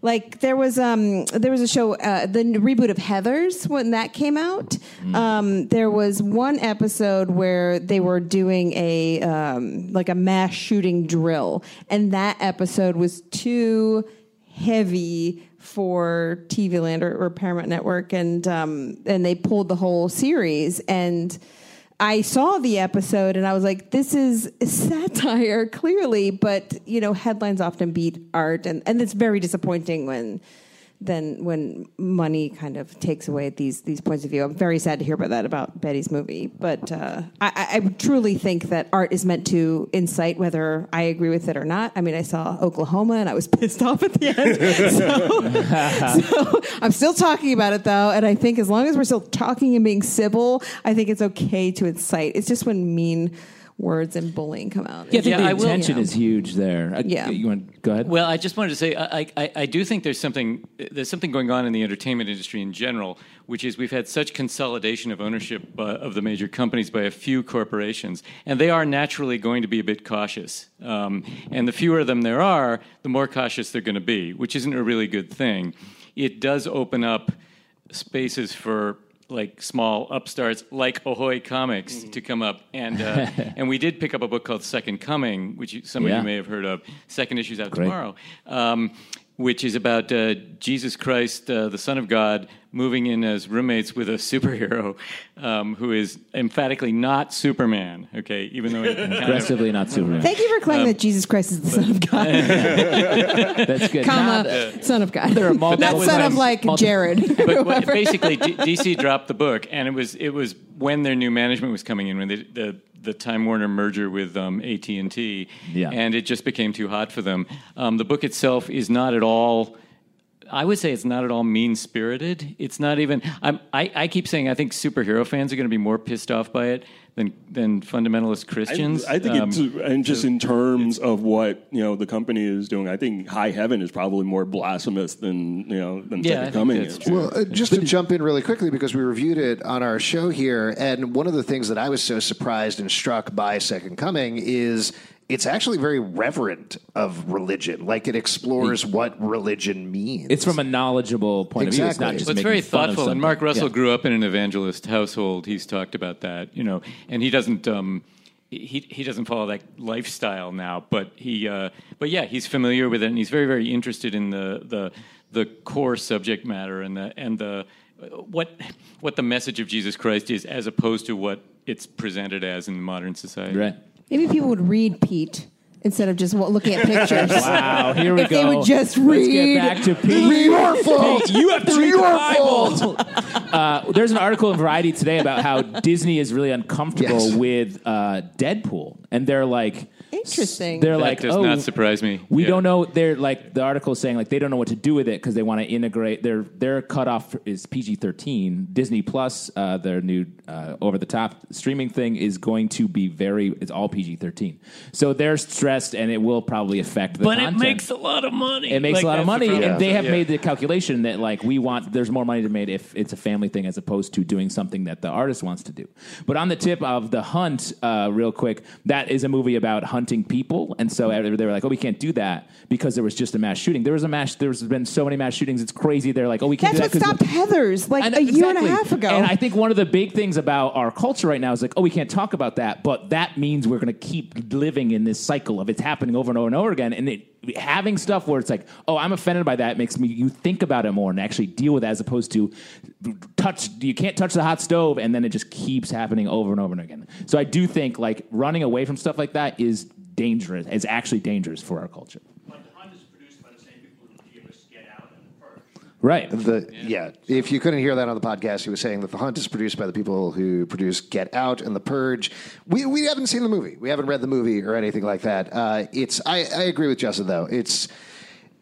F: like there was um there was a show uh, the n- reboot of Heather's when that came out. Um, there was one episode where they were doing a um, like a mass shooting drill, and that episode was too heavy for TV Land or, or Paramount Network, and um, and they pulled the whole series. And I saw the episode, and I was like, "This is satire, *laughs* clearly." But you know, headlines often beat art, and and it's very disappointing when. Then when money kind of takes away these these points of view, I'm very sad to hear about that about Betty's movie. But uh, I- I, I truly think that art is meant to incite, whether I agree with it or not. I mean, I saw Oklahoma and I was *laughs* pissed off at the
C: *laughs*
F: end. So, so I'm still talking about it though, and I think as long as we're still talking and being civil, I think it's okay to incite. It's just when mean words and bullying come out.
C: Yeah, I think the
G: I will-
C: intention is huge there. I-
F: Yeah.
C: You want to go ahead?
G: Well, I just wanted to say I, I- I, I do think there's something there's something going on in the entertainment industry in general, which is we've had such consolidation of ownership uh, of the major companies by a few corporations, and they are naturally going to be a bit cautious. Um, and the fewer of them there are, the more cautious they're going to be, which isn't a really good thing. It does open up spaces for like small upstarts like Ahoy Comics to come up, and uh, and we did pick up a book called Second Coming, which you, some of
C: Yeah.
G: you may have heard of. Second issue's out
C: Great.
G: tomorrow, um, which is about uh, Jesus Christ, uh, the Son of God, moving in as roommates with a superhero um, who is emphatically not Superman. Okay, even though he kind of-
C: Aggressively not
F: *laughs*
C: Superman.
F: Thank you for claiming
C: Um,
F: that Jesus Christ is the Son of God,
C: That's good.
F: comma,
C: Not-
F: Son of God.
C: there are multiple
F: *laughs* Not Son of
G: times-
F: like
C: multiple-
F: Jared. *laughs*
G: *laughs* but
F: or
G: what,
F: whoever.
G: basically, D- DC dropped the book, and it was it was when their new management was coming in, when they, the the Time Warner merger with um, AT and T,
C: Yeah.
G: and it just became too hot for them. Um, the book itself is not at all. I would say it's not at all mean spirited. It's not even. I'm, I I keep saying I think superhero fans are going to be more pissed off by it than than fundamentalist Christians.
E: I, I think
G: Um,
E: it's and just in terms of what you know the company is doing. I think High Heaven is probably more blasphemous than you know than
G: Yeah, I
E: Second
G: think
E: Coming
G: that's
E: is.
G: true.
B: Well, uh, just to jump in really quickly because we reviewed it on our show here, and one of the things that I was so surprised and struck by Second Coming is it's actually very reverent of religion. Like it explores what religion means.
C: It's from a knowledgeable point of view. It's
B: Exactly.
C: not just
G: Well, it's
C: making
G: very
C: fun of
G: thoughtful. And
C: something.
G: Mark Russell
C: Yeah.
G: grew up in an evangelist household. He's talked about that, you know, and he doesn't. Um, he he doesn't follow that lifestyle now, but he uh, but yeah, he's familiar with it, and he's very very interested in the the the core subject matter and the and the what what the message of Jesus Christ is, as opposed to what it's presented as in modern society.
C: Right.
F: Maybe people would read Pete instead of just wa- looking
C: *laughs*
F: at pictures.
C: Wow, here we
F: If
C: go.
F: they would just
C: Let's get
F: read-
C: back to Pete.
B: Be your fault.
C: You have to
B: It's
C: read the
B: your
C: Bible.
B: fault.
C: *laughs* Uh, there's an article in Variety today about how Disney is really uncomfortable
B: Yes.
C: with uh, Deadpool, and they're like,
F: Interesting.
C: They're
G: That
C: like,
G: does
C: oh,
G: not surprise me.
C: We
G: Yeah.
C: don't know. They're like the article is saying like they don't know what to do with it because they want to integrate their their cutoff is PG thirteen. Disney Plus, uh, their new uh, over the top streaming thing is going to be very. It's all PG thirteen, so they're stressed and it will probably affect the.
G: But
C: content.
G: it makes a lot of money.
C: It makes
G: Like,
C: a lot of
G: that's the
C: money,
G: problem.
C: and they have
G: Yeah.
C: made the calculation that like we want. There's more money to be made if it's a family thing as opposed to doing something that the artist wants to do. But on the tip of the hunt, uh, real quick, that is a movie about hunting people, and so they were like, "Oh, we can't do that because there was just a mass shooting. There was a mass. There's been so many mass shootings. It's crazy. They're like, oh, we can't
F: That's what
C: do that." 'cause
F: stopped
C: we're-
F: Heather's like a year and a
C: exactly.
F: half ago.
C: And I think one of the big things about our culture right now is like, oh, we can't talk about that, but that means we're going to keep living in this cycle of it's happening over and over and over again. And it, having stuff where it's like, oh, I'm offended by that makes me you think about it more and actually deal with it as opposed to touch. You can't touch the hot stove, and then it just keeps happening over and over and again. So I do think like running away from stuff like that is dangerous. It's actually dangerous for our culture.
J: But the Hunt is produced by the same people who gave us Get Out and The Purge.
C: Right.
B: The, yeah. if you couldn't hear that on the podcast, he was saying that The Hunt is produced by the people who produced Get Out and The Purge. We, we haven't seen the movie. We haven't read the movie or anything like that. Uh, it's I, I agree with Justin though. It's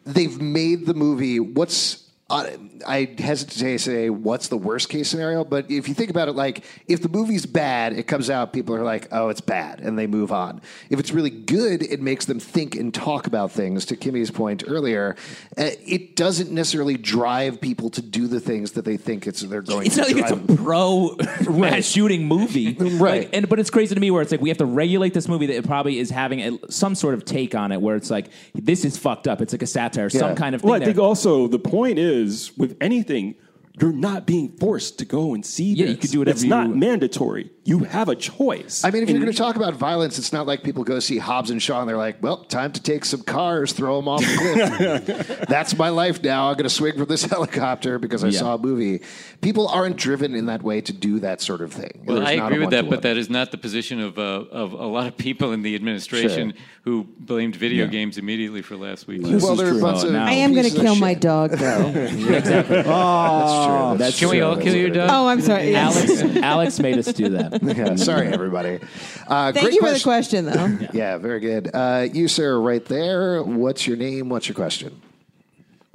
B: they've made the movie. What's I I hesitate to say what's the worst case scenario, but if you think about it, like if the movie's bad, it comes out, people are like, "Oh, it's bad," and they move on. If it's really good, it makes them think and talk about things. To Kimmy's point earlier, uh, it doesn't necessarily drive people to do the things that they think it's they're going.
C: It's
B: to
C: not like it's
B: drive.
C: a pro mass shooting movie,
B: Right.
C: Like, and but it's crazy to me where it's like we have to regulate this movie that it probably is having a, some sort of take on it where it's like this is fucked up. It's like a satire,
B: Yeah.
C: some kind of thing.
E: Well, I
C: there.
E: think also the point is with anything, you're not being forced to go and see.
C: Yeah, you
E: this.
C: could do
G: *laughs*
C: whatever
E: It's not
C: you-
E: mandatory. you have a choice.
B: I mean, if you're
E: And-
B: going to talk about violence, it's not like people go see Hobbs and Shaw and they're like, well, time to take some cars, throw them off the
C: *laughs*
B: cliff. That's my life now. I'm going to swing from this *laughs* helicopter because I
G: Yeah.
B: saw a movie. People aren't driven in that way to do that sort of thing.
G: Well,
B: There's
G: I
B: not a
G: agree with that,
B: one-to-one.
G: but that is not the position of uh, of a lot of people in the administration who blamed video games immediately for last week.
B: Well, there are lots of
F: I am going to
B: pieces of
F: kill my
B: shit.
C: *laughs*
F: dog, though.
C: Exactly.
B: Oh,
C: That's
G: Can we
C: true.
G: all kill your dog?
F: Oh, I'm sorry. Yes.
C: Alex, Alex made us do that. *laughs*
B: Yeah, *laughs* sorry, everybody. Uh,
F: Thank
B: great
F: you for the
C: *laughs*
F: question, though.
B: Yeah, very good. Uh, you, sir, right there. What's your name? What's your question?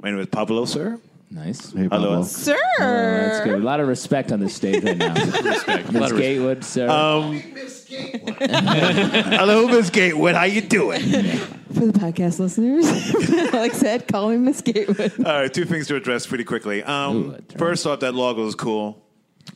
K: My name is Pablo, sir.
C: Nice.
K: Hello.
F: Sir.
C: That's good. A lot of respect on this stage right now.
G: Respect.
C: Miss
G: Lot of respect.
C: Gatewood, sir.
K: Uh, Hello, Miss Gatewood. How you doing?
F: For the podcast listeners, *laughs* Alex said, call me Miss Gatewood.
K: All right, two things to address pretty quickly. Um, first off, that logo is cool.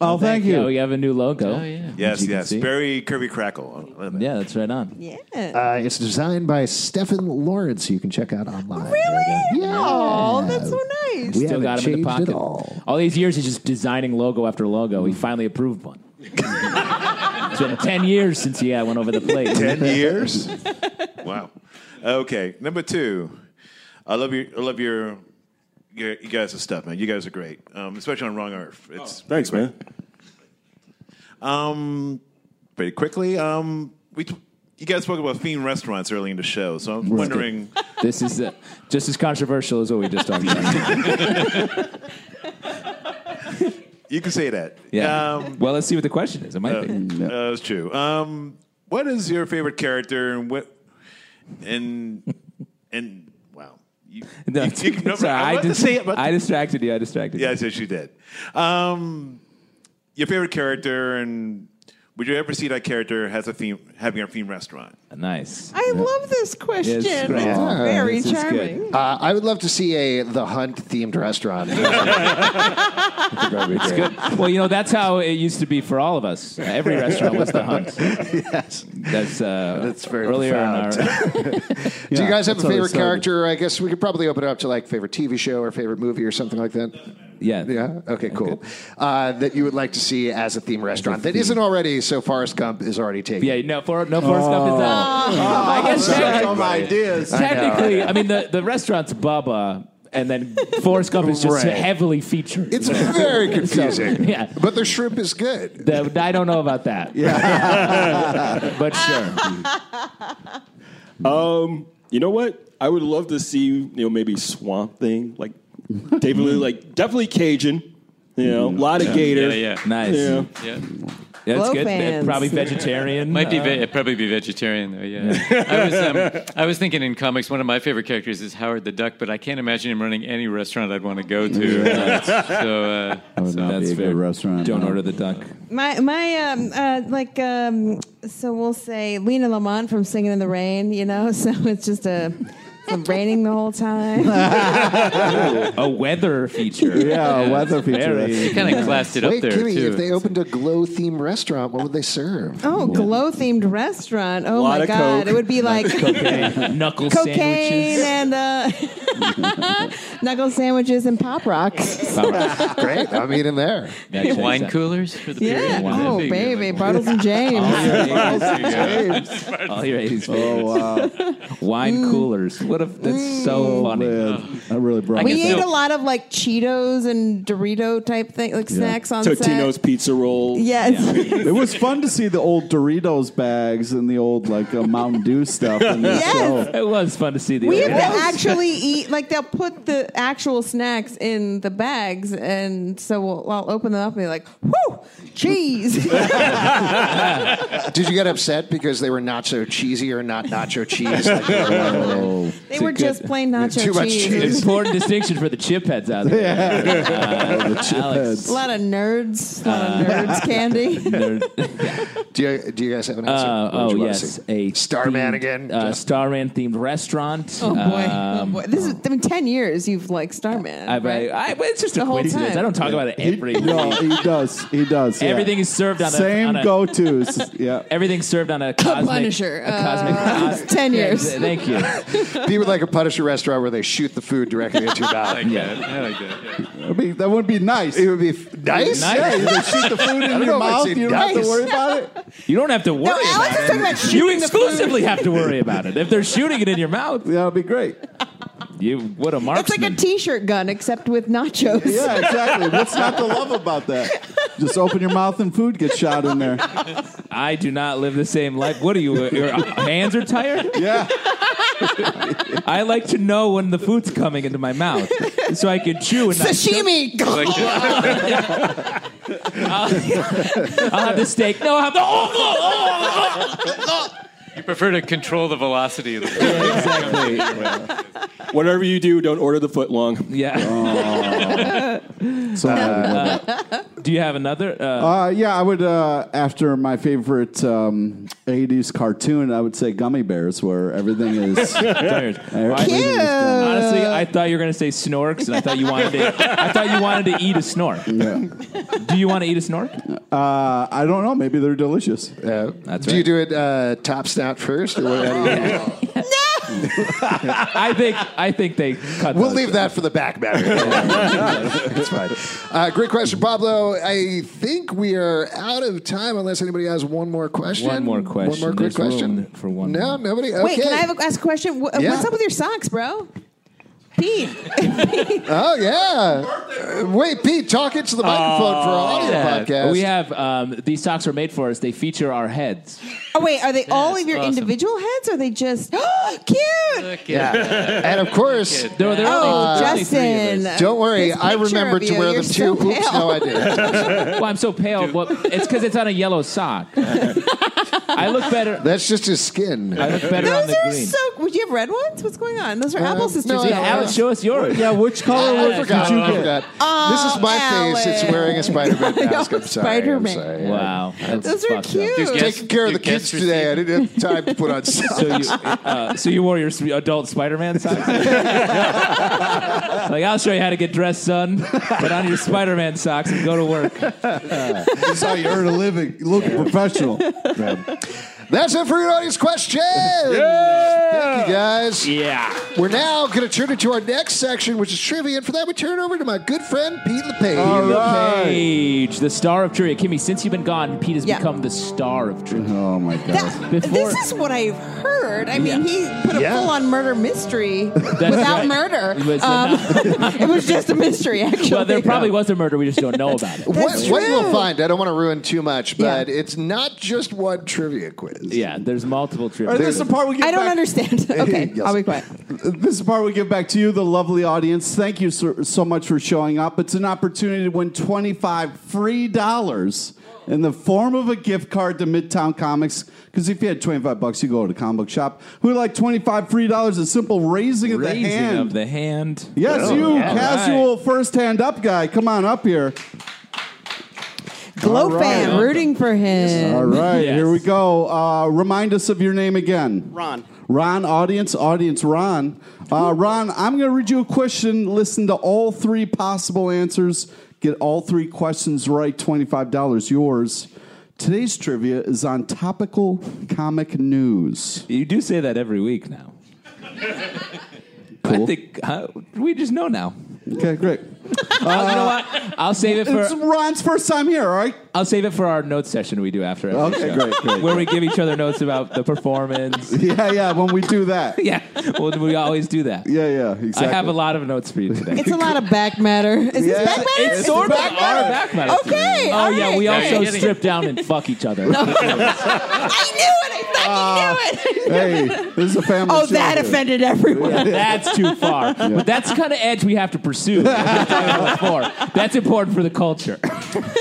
D: Oh, thank you.
C: Oh, you have a new logo. Oh, yeah.
K: Yes, yes. Very Kirby Crackle. I love it.
C: Yeah, that's right on.
F: Yeah.
B: Uh, it's designed by Stefan Lawrence, who you can check out online.
F: really?
B: Yeah.
F: Oh, that's so nice.
B: We
C: Still
B: haven't
C: got him in
B: changed
C: the pocket.
B: at all.
C: these years, he's just designing logo after logo. He finally
B: *laughs*
C: approved one. it's been 10 years since he uh, went over the plate.
K: Ten years. wow. Okay. Number two, I love your, I love your, your you guys' stuff, man. You guys are great, um, especially on Wrong Earth. It's
E: Thanks, man.
K: Um, pretty quickly. Um, we you guys spoke about fiend restaurants early in the show, so I'm wondering.
C: This is uh, just as controversial as what we just talked about.
K: *laughs* You can say that.
C: Yeah.
K: Um,
C: well, let's see what the question is. It might be.
K: uh, that's true. Um, what is your favorite character, and what, and and wow. You,
C: *laughs* No,
K: you- you- no,
C: sorry, I,
K: about to
C: dis-
K: say it, but- *laughs*
C: I distracted you. I distracted you.
K: Yes, yes, you did. Um, your favorite character, and would you ever see that character has a theme, having a theme restaurant?
C: Nice.
F: I love this question.
C: Yes, right.
F: It's
C: Yeah.
F: very
C: This is good.
F: charming.
B: Uh, I would love to see a The Hunt themed
F: *laughs*
B: restaurant. it's good.
C: well, you know, that's how it used to be for all of us. Every restaurant was the hunt.
B: *laughs* Yes.
C: That's, uh,
B: *laughs* That's very
C: earlier in
B: profound.
C: our.
B: Do you
D: Yeah,
B: guys have a
D: that's how they
B: favorite
D: started.
B: character? I guess we could probably open it up to like favorite TV show or favorite movie or something like that.
C: *laughs* Yeah.
B: Yeah. Okay. Cool. Uh, that you would like to see as a theme restaurant that isn't already. So Forrest Gump is already taken.
C: Yeah, no, for, no Forrest Gump is out.
B: Oh.
C: I
B: *laughs*
C: guess technically,
D: Some ideas.
C: technically, I mean, the, the restaurant's Bubba, and then Forrest Gump is just
B: Right.
C: heavily featured.
B: It's
C: *laughs*
B: very confusing.
C: yeah.
B: But the shrimp is good.
C: The- I don't know about that. *laughs* but sure.
E: Um, you know what? I would love to see you know maybe Swamp Thing, like definitely like definitely Cajun. You know, a lot of gator.
G: Yeah, yeah.
C: Nice.
E: Yeah.
G: Yeah.
C: That's
F: Blow
C: good.
F: fans.
C: Probably vegetarian.
G: Might be ve- it'd probably be vegetarian though. Yeah, I was um, I was thinking in comics one of my favorite characters is Howard the Duck, but I can't imagine him running any restaurant I'd want to go to. so uh,
D: Would not
C: That's
D: be a
C: fair.
D: good restaurant.
C: Don't
D: no.
C: order the duck.
F: My my um uh, like um so we'll say Lena Lamont from Singing in the Rain, you know. *laughs* So it's just a it's raining the
C: *laughs*
F: whole time.
C: A
B: *laughs*
C: weather feature.
D: Yeah,
F: Oh,
D: a weather
C: Very-
F: *laughs*
D: feature.
G: kind of classed it up
B: Wait,
G: there
B: Kimmy,
G: too.
B: if they opened a glow themed restaurant, what would they serve?
F: Oh, glow themed restaurant. Oh
E: Lot
F: my
E: of
F: god,
E: Coke.
F: it would be like
C: Knuckle
F: *laughs* cocaine
C: sandwiches.
F: and uh,
G: *laughs*
F: knuckle sandwiches and pop rocks.
B: Great. I'm eating there.
C: That checks
G: Wine
C: out.
G: coolers for the
F: Yeah.
G: period.
F: Oh
G: That'd be good.
F: baby, Bartles and James.
C: All your 80s
D: Oh, wow.
C: Wine
F: Mm.
C: coolers. What if that's
F: Oh,
C: so funny?
D: Man, that really brought
G: I
F: We
G: guess
F: ate
G: so.
F: a lot of like Cheetos and Dorito type thing, like snacks on
E: Totino's
F: set.
E: pizza
F: *laughs*
E: roll.
F: Yes.
D: It was fun to see the old Doritos bags and the old like uh, Mountain Dew stuff in the
F: *laughs* Yes.
D: show.
C: It was fun to see the.
F: We have
C: other
G: *laughs*
F: to actually eat like they'll put the actual snacks in the bags, and so we'll, I'll open them up and be like, "Whoo,
G: *laughs*
F: cheese!"
B: Did you get upset because they were nacho cheesy or not nacho cheese? Like,
C: *laughs* people.
F: they were just plain nacho
B: Too much
F: cheese.
B: cheese.
C: Important distinction for the chip heads out
F: *laughs*
C: there.
D: Yeah. the chip
C: Alex.
D: heads.
B: Uh, *laughs*
F: A lot of nerds, a lot of nerds candy.
C: They're-
B: Do you, do you guys have an answer?
C: Uh,
B: What would
C: oh
B: you wanna
C: yes,
B: see?
C: a
B: Starman
C: themed-
B: again?
C: Uh,
B: Just-
C: Starman themed restaurant.
F: *laughs* Oh boy,
C: Um,
F: oh boy! This is I mean, ten years you've like Starman.
C: I, I, I, well, it's just
F: The
C: a
F: whole
C: coincidence.
F: time.
C: I don't talk about it
F: *laughs*
C: every
D: He,
C: week.
D: no, he does. He does. yeah.
C: Everything is served on a-
D: same
C: on a-
D: go tos.
C: *laughs*
D: Yeah.
C: Everything's served on a cosmic.
F: Punisher.
C: A cosmic.
F: Uh,
C: cos-
F: ten
C: Yeah,
F: years.
C: th- thank
F: *laughs*
C: you.
B: Be with like a Punisher restaurant where they shoot the food directly into your mouth.
G: Yeah, I like that.
D: That'd be- that would be nice.
B: It would be f- nice.
C: Nice.
D: Yeah, you can shoot
B: *laughs*
D: the food
B: I
D: in
B: don't know
D: your
B: if I'd
D: mouth.
B: say
D: You don't have
B: nice.
D: to worry about it.
C: You don't have to worry
F: Alex
C: about
F: is
C: it.
F: talking about
C: you
F: shooting the food.
C: exclusively have to worry about it. If they're shooting it in your mouth,
D: That would be great.
C: you what a
F: It's
C: marksman.
F: like a T-shirt gun, except with nachos.
D: Yeah, exactly. What's not to love about that? Just open your mouth and food gets shot in there.
C: I do not live the same life. What are you? Your hands are tired.
D: Yeah.
C: I like to know when the food's coming into my mouth, so I can chew and not
F: *laughs* Sashimi.
C: I'll have the steak. No, I'll have the. Oh,
G: You prefer to control the velocity of the food.
C: exactly.
E: Whatever you do, don't order the foot long.
C: Yeah.
D: So, uh,
C: Do you have another? Uh,
D: uh, yeah, I would. Uh, after my favorite um, '80s cartoon, I would say Gummy Bears, where everything is. uh,
C: tired.
D: Everything is gummy.
C: Honestly, I thought you were going to say snorks, and I thought you wanted to. I thought you wanted to eat a snork. Do you want to eat a snork?
D: Uh, I don't know. Maybe they're delicious.
B: Uh,
C: That's
B: do you
C: right.
B: do it uh, top snout first? Or what, how do you-
C: I think. I think they cut.
B: We'll
C: those.
B: leave that for the back
C: *laughs*
B: matter. That's fine. Uh, great question, Pablo. I think we are out of time unless anybody has one more question.
C: One more
B: One
C: question.
B: more quick
C: There's room
B: question.
C: for one
B: No,
C: more.
B: nobody. Okay.
F: Wait, can I have a, ask a question? Wh- uh,
B: Yeah.
F: What's up with your socks, bro? Pete,
B: Oh yeah. Uh, Wait, Pete, talk into the microphone for our audio
C: Yeah.
B: podcast.
C: Oh, We have um, these socks are made for us. They feature our heads.
F: oh wait, are they
B: *laughs*
F: all
G: That's
F: of your
G: awesome.
F: individual heads? Or are they just *gasps* cute?
G: Look at
C: *laughs*
B: yeah. and of course,
G: that.
C: There- there are only-
F: Oh,
C: there's only three of us.
F: Justin.
B: don't worry.
F: This
B: I
F: picture
B: remember
F: of
B: to
F: you,
B: wear
F: you're
B: them
F: so
B: too. Oops,
F: pale.
B: no, I didn't.
C: Well, I'm so pale. Well, it's because it's on a yellow
F: *laughs*
C: sock. I look better.
B: That's just his skin.
C: *laughs* I look better on
F: *laughs* Those
C: the
F: are
C: green.
F: so. Would you have red ones? What's going on? Those are
B: Uh,
F: Apple sisters.
B: no, I
C: yeah,
F: yeah.
B: don't.
C: Alex, show us yours.
D: Yeah, which
B: Oh,
D: color
B: I
D: would
B: forgot.
D: you
B: I
D: get?
B: forgot. this is my face. It's wearing a
F: *laughs*
B: Spider-Man mask. I'm sorry.
F: Spider-Man.
B: I'm sorry.
C: Wow, that's
F: Those are
C: fucked up.
F: cute.
G: Dude,
B: Taking care of
G: Do
B: the kids
G: guests
B: today. I
G: receive-
B: didn't have time to put on socks.
C: *laughs* So you, uh, so you wore your s- adult Spider-Man
F: *laughs*
C: socks? like, I'll show you how to get dressed, son. Put on your Spider-Man socks and go to work.
D: That's how you earn a living. You Look professional.
B: That's it for your audience questions. Thank you, guys.
C: Yeah.
B: We're now going to turn into our next section, which is trivia. And for that, we turn over to my good friend, Pete LePage.
D: All right.
C: Page, the star of trivia. Kimmy, since you've been gone, Pete has
F: Yeah.
C: become the star of trivia.
D: Oh my god.
F: That-
C: Before-
F: this is what I've heard. I mean, he put a
B: Yeah.
F: full-on murder mystery without
C: right.
F: murder. Um,
C: It was
F: *laughs* it was just a mystery, actually.
C: Well, there probably was a murder. We just don't know about
D: *laughs*
C: it.
B: What,
F: That's
B: what
F: true.
B: you'll find, I don't want to ruin too much,
F: Yeah.
B: but it's not just one trivia quiz.
C: Yeah, there's multiple
D: All right,
C: trivia.
D: this is the part we get
F: I don't
D: back-
F: understand. okay,
B: Yes.
F: I'll be quiet.
D: This is the part we give back to you, the lovely audience. Thank you so, so much for showing up. It's an opportunity to win 25 free dollars in the form of a gift card to Midtown Comics. Because if you had 25 bucks, you go to a comic book shop. Who would like 25 free dollars? A simple raising of
C: Raising
D: the hand.
C: of the hand. Oh,
D: yes, you
C: yeah.
D: casual first hand up guy. Come on up here.
F: Glow fan, rooting for him.
D: *laughs* All right,
C: Yes.
D: here we go. Uh, remind us of your name again.
I: Ron.
D: Ron, audience, audience, Ron. Uh, Ron, I'm going to read you a question. Listen to all three possible answers. Get all three questions right. $25 yours. Today's trivia is on topical comic news.
C: You do say that every week now. I think uh, we just know now.
D: Okay, great.
C: you know what? I'll save it
D: It's
C: for
D: Ron's first time here, all right?
C: I'll save it for our notes session we do after. every
D: Okay,
C: show,
D: great, great,
C: Where we give each other notes about the performance.
D: *laughs* Yeah, yeah, when we do that.
C: yeah, well, we always do that.
D: Yeah, yeah, exactly.
C: I have a lot of notes for you today.
F: It's a lot of back matter. Is
D: Yeah.
F: this back matter?
D: It's
F: Is
D: sort
F: this
D: of
F: back
D: our
F: matter?
C: back matter.
F: Okay.
C: Oh
F: all
C: yeah, we
F: right.
G: Now you're
C: also
G: getting
C: strip down and fuck each other.
F: I knew it. I *laughs* fucking knew it.
D: Hey, this is a family
F: Oh,
D: show
F: that
D: here.
F: offended everyone.
C: That's too far. But that's the kind of edge we have to pursue. Before. That's important for the culture.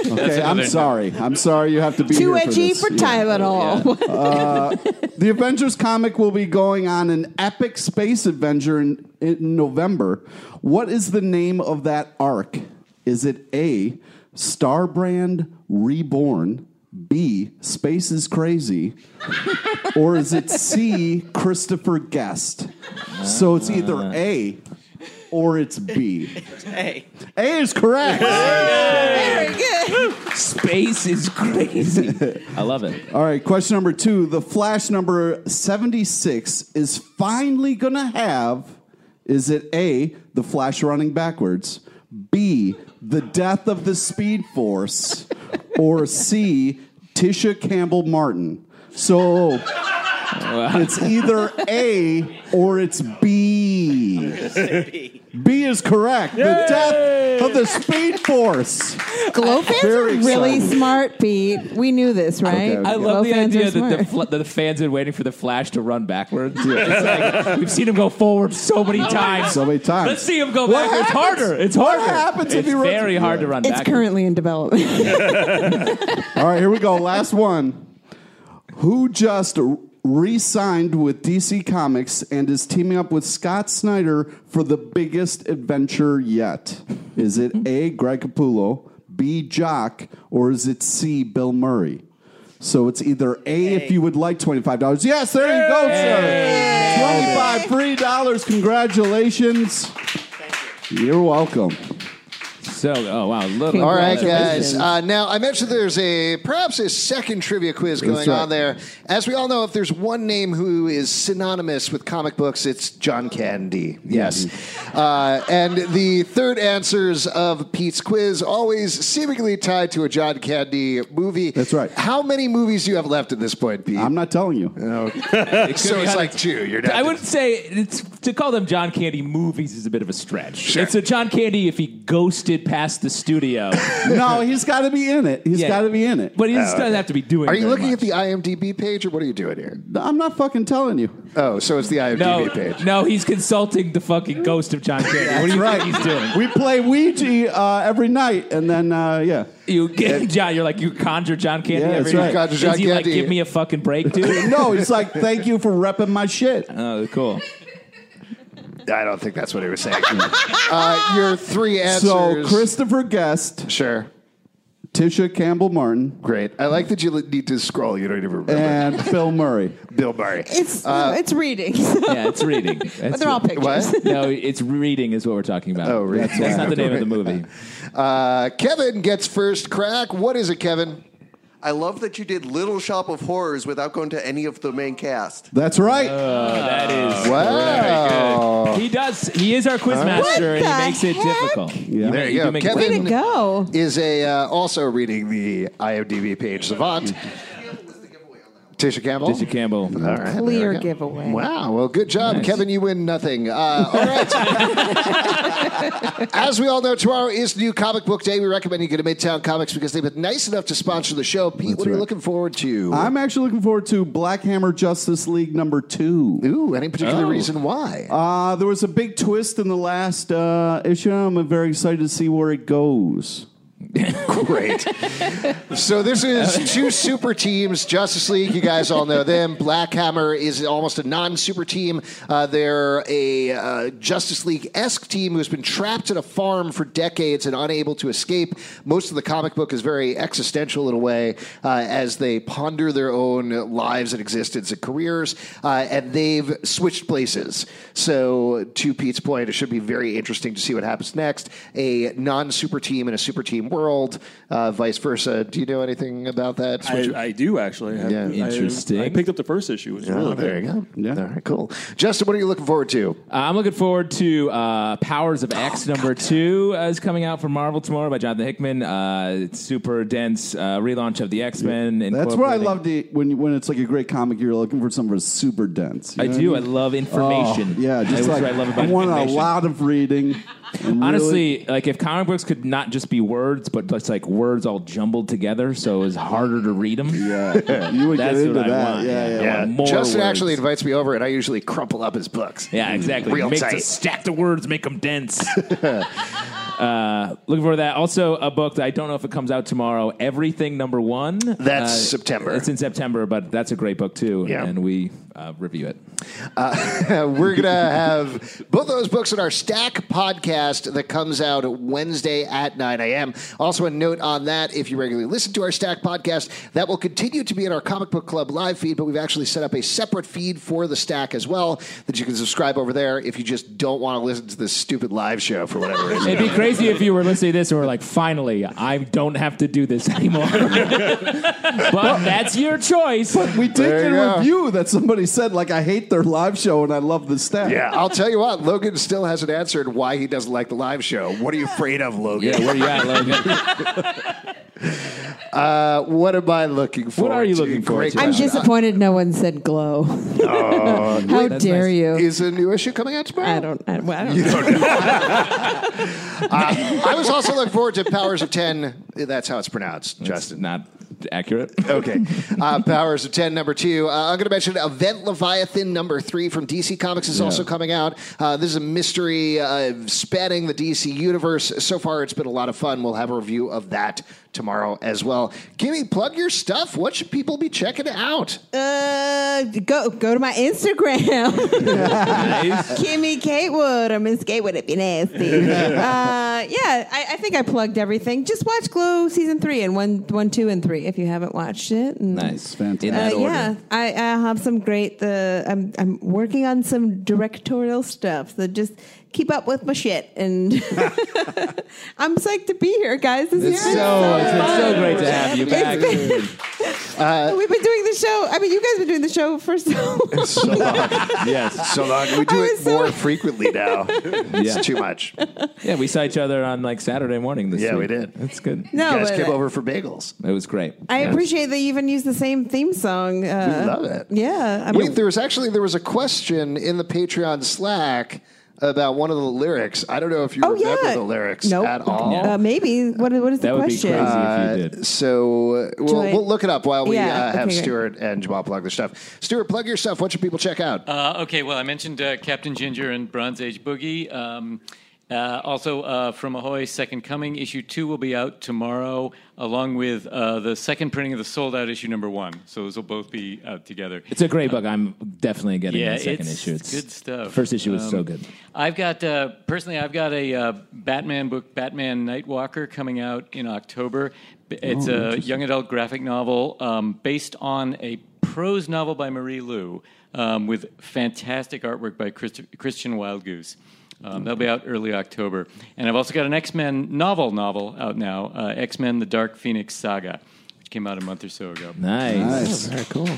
D: Okay, I'm sorry. I'm sorry you have to be
F: Too
D: here
F: edgy
D: this.
F: for
D: Yeah.
F: Tylenol.
D: The Avengers comic will be going on an epic space adventure in, in November. What is the name of that arc? Is it A, Starbrand Reborn, B, space is crazy? *laughs* or is it C, Christopher Guest? So it's either A or it's B.
I: Hey.
D: A is correct.
I: Very
F: good.
C: Space is crazy. I love it.
D: All right, question number two. The Flash number 76 is finally going to have is it A, the Flash running backwards, B, the death of the Speed Force, or C, Tisha Campbell Martin? So it's either A or it's B.
C: *laughs*
D: B. is correct. The death of the Speed Force.
F: Glow fans
D: Very
F: are really
D: exciting.
F: smart, Pete. We knew this, right?
C: I
F: Glow
C: love the
F: fans
C: idea
F: are
C: that the,
F: smart.
C: fl- that the fans are waiting for the Flash to run backwards. It's like, we've seen him go forward so many times.
D: So many times.
C: Let's see him go
D: What
C: backwards. It's
D: happens-
C: harder. It's
D: what
C: harder.
D: happens if
C: it's
D: he runs-
C: very hard to run
F: it's
C: backwards.
F: currently in development.
D: All right, here we go. Last one. Who just re signed with DC Comics and is teaming up with Scott Snyder for the biggest adventure yet? Is it A, Greg Capullo, B, Jock, or is it C, Bill Murray? So it's either A if you would like $25. Yes, there you go, sir. $25 free dollars. Congratulations. You're welcome.
C: So, oh, wow. Little,
B: All right, guys. Uh, now, I mentioned there's a perhaps a second trivia quiz
D: That's
B: going
D: right.
B: on there. As we all know, if there's one name who is synonymous with comic books, it's John Candy. Yes.
C: Mm-hmm.
B: Uh, and the third answers of Pete's quiz always seemingly tied to a John Candy movie. That's
D: right.
B: How many movies do you have left at this point, Pete?
D: I'm not telling you.
C: could
B: so
C: be
B: it's like
C: hundreds.
B: two. You're not.
C: I wouldn't say it's, to call them John Candy movies is a bit of a stretch. It's a John Candy if he ghosted past the studio,
D: No, he's got to be in it. He's
C: Yeah.
D: got to be in it.
C: but he just doesn't have to be doing.
B: Are you
C: very
B: looking
C: much.
B: at the IMDb page or what are you doing here?
D: I'm not fucking telling you.
B: Oh, so it's the IMDb
C: no,
B: page.
C: no, he's consulting the fucking ghost of John Candy. what do you
D: right.
C: think he's doing?
D: We play Ouija uh, every night, and then uh, yeah.
C: You get John. You're like you conjure John Candy.
D: Yeah,
C: every
D: that's right.
B: Conjure John
C: Is he like
B: Candy.
C: give me a fucking break,
D: *laughs*
C: dude?
D: No, he's like, thank you for repping my shit.
C: oh, cool.
B: I don't think that's what he was saying. *laughs* uh, your three answers.
D: So Christopher Guest,
B: Sure.
D: Tisha Campbell Martin,
B: Great. I like that you li- need to scroll. You don't even remember.
C: *laughs*
D: and Bill Murray.
B: Bill Murray.
F: it's it's reading. *laughs*
C: Yeah, it's reading.
F: but
C: That's
F: they're all
C: *laughs*
F: pictures.
B: What?
C: no, it's reading is what we're talking about.
B: Oh, reading.
C: That's, that's not the name of the movie.
B: Uh, Kevin gets first crack. What is it, Kevin?
H: I love that you did Little Shop of Horrors without going to any of the main cast.
D: That's right.
C: Uh, that is.
B: Wow.
C: He does. He is our quizmaster,
F: What
C: and
F: the
C: he makes it
F: heck?
C: difficult.
D: Yeah.
B: There
C: You
B: you go.
C: do make it
F: Way to
B: Kevin
F: go.
B: is a uh, also reading the IMDb page savant. Tisha Campbell.
C: Mm. Tisha Campbell.
B: All right, there we
F: Clear
B: go.
F: giveaway.
B: Wow. Well, good job, Kevin. You win nothing. Uh, all *laughs* right. As we all know, tomorrow is New Comic Book Day. We recommend you go to Midtown Comics because they've been nice enough to sponsor the show. Pete, what are you
D: right.
B: looking forward to?
D: I'm actually looking forward to Black Hammer Justice League number two.
B: Ooh, any particular reason why?
D: Uh, there was a big twist in the last uh, issue. I'm very excited to see where it goes.
B: Great. so this is two super teams. Justice League, you guys all know them. Black Hammer is almost a non-super team. Uh, they're a uh, Justice League-esque team who's been trapped at a farm for decades and unable to escape. Most of the comic book is very existential in a way uh, as they ponder their own lives and existence and careers. Uh, and they've switched places. So to Pete's point, it should be very interesting to see what happens next. A non-super team in a super team world, uh, vice versa. Do you know anything about that?
E: I,
B: Switch-
E: I do actually. I have,
B: Yeah.
E: I-
C: Interesting.
E: I, picked up the first issue. It's
B: Oh,
E: really
B: there you go.
D: Yeah.
B: All right, cool. Justin, what are you looking forward to?
C: Uh, I'm looking forward to uh, Powers of
D: Oh,
C: X number two uh, is coming out from Marvel tomorrow by Jonathan Hickman. Uh, it's super dense uh, relaunch of the X Men.
D: That's what I love to when you- when it's like a great comic. You're looking for something that's super dense. you
C: I
D: know what
C: do. I
D: mean?
C: love information.
D: Oh, yeah,
C: That's
D: just
C: what
D: like
C: I love about
D: want a
C: information.
D: lot of reading. and
C: *laughs*
D: really-
C: Honestly, like if comic books could not just be words, but just like words all jumbled together, so it was harder to read them.
D: yeah, you would
C: That's
D: get into
C: what I
D: that.
C: want.
D: Yeah, yeah, yeah.
C: I want more
B: Justin
C: words.
B: actually invites me over, and I usually crumple up his books.
C: Yeah, exactly.
B: Real
C: Make
B: tight.
C: the stack the words, make them dense. *laughs* Uh, looking forward to that. Also, a book that I don't know if it comes out tomorrow. Everything Number One. Uh,
B: That's September.
C: It's in September, but that's a great book too.
B: Yeah.
C: and we uh, review it.
B: Uh, we're gonna have both those books in our stack podcast that comes out Wednesday at 9 a.m. Also, a note on that: if you regularly listen to our stack podcast, that will continue to be in our comic book club live feed, but we've actually set up a separate feed for the stack as well that you can subscribe over there if you just don't want to listen to this stupid live show for whatever reason. *laughs*
C: It'd be crazy if you were listening to this and were like, "Finally, I don't have to do this
B: *laughs*
C: *laughs* anymore." but that's your choice.
D: But we did
C: There
D: get
C: you
D: a
C: go.
D: review that somebody said, like, I hate their live show and I love the staff.
B: Yeah, I'll tell you what, Logan still hasn't answered why he doesn't like the live show. What are you afraid of, Logan?
C: Yeah, where you at,
B: Logan? uh, what am I looking for? What are you looking for?
F: I'm disappointed no one said glow. *laughs* How dare you?
B: Is a new issue coming out tomorrow?
F: I don't, I, well, I don't know.
B: Uh, I was also looking forward to Powers of Ten. That's how it's pronounced, Justin.
C: Not accurate.
B: Okay. Uh, Powers of Ten, number two. Uh, I'm going to mention Event Leviathan, number three from DC Comics is also coming out. Uh, this is a mystery uh, spanning the DC universe. So far, it's been a lot of fun. We'll have a review of that tomorrow as well. Gimme, plug your stuff. What should people be checking out?
F: Uh, go go to my Instagram. *laughs* Kimmy Gatewood or Miss Gatewood if you're nasty. uh, yeah, I, I think I plugged everything. Just watch Glow season three and one, one, two, and three if you haven't watched it. And,
C: Nice,
D: fantastic.
F: uh, yeah, I, I have some great. The I'm I'm working on some directorial stuff. So just keep up with my shit, and *laughs* I'm psyched to be here, guys. This
C: It's
F: year is
C: so it's, it's so
F: fun.
C: great to have you
F: It's
C: back.
F: been-
C: *laughs*
B: Uh,
F: We've been doing the show. I mean, you guys have been doing the show for so
B: *laughs*
F: long.
B: so long. yes. So long. We do it more frequently now. It's
C: Yeah.
B: too much.
F: *laughs*
C: yeah, we saw each other on like Saturday morning this
B: Yeah,
C: week.
B: we did.
C: That's good.
F: No,
B: you guys
F: but-
B: came over for bagels.
C: It was great.
F: I
C: Yeah.
F: appreciate that you even use the same theme song. Uh,
B: love it.
F: Yeah. I
B: Wait, there was actually there was a question in the Patreon Slack about one of the lyrics. I don't know if you remember
F: Oh, yeah.
B: the lyrics
F: Nope.
B: at all.
F: Uh, maybe. What, what is the question?
B: Uh, So uh, we'll,
F: I-
B: we'll look it up while we
F: Yeah,
B: uh, have
F: okay, great.
B: Stuart and Jamal plug their stuff. Stuart, plug your stuff. What should people check
G: *laughs*
B: out?
G: Uh, okay, well, I mentioned uh, Captain Ginger and Bronze Age Boogie. Um, uh, also, uh, From Ahoy, Second Coming, issue two will be out tomorrow, along with uh, the second printing of the sold out issue number one. So those will both be out together.
C: It's a great book. I'm definitely getting
G: yeah,
C: the second
G: it's
C: issue. It's
G: good stuff.
C: First issue was so
G: Um,
C: good.
G: I've got uh, personally, I've got a uh, Batman book, Batman Nightwalker, coming out in October. B- It's
C: Oh,
G: a
C: interesting.
G: young adult graphic novel um, based on a prose novel by Marie Lu, um, with fantastic artwork by Christ- Christian Wild Goose. Um, that'll be out early October, and I've also got an X Men novel novel out now, uh, X Men: The Dark Phoenix Saga, which came out a month or so ago.
C: Nice.
G: Nice.
C: Oh, very cool.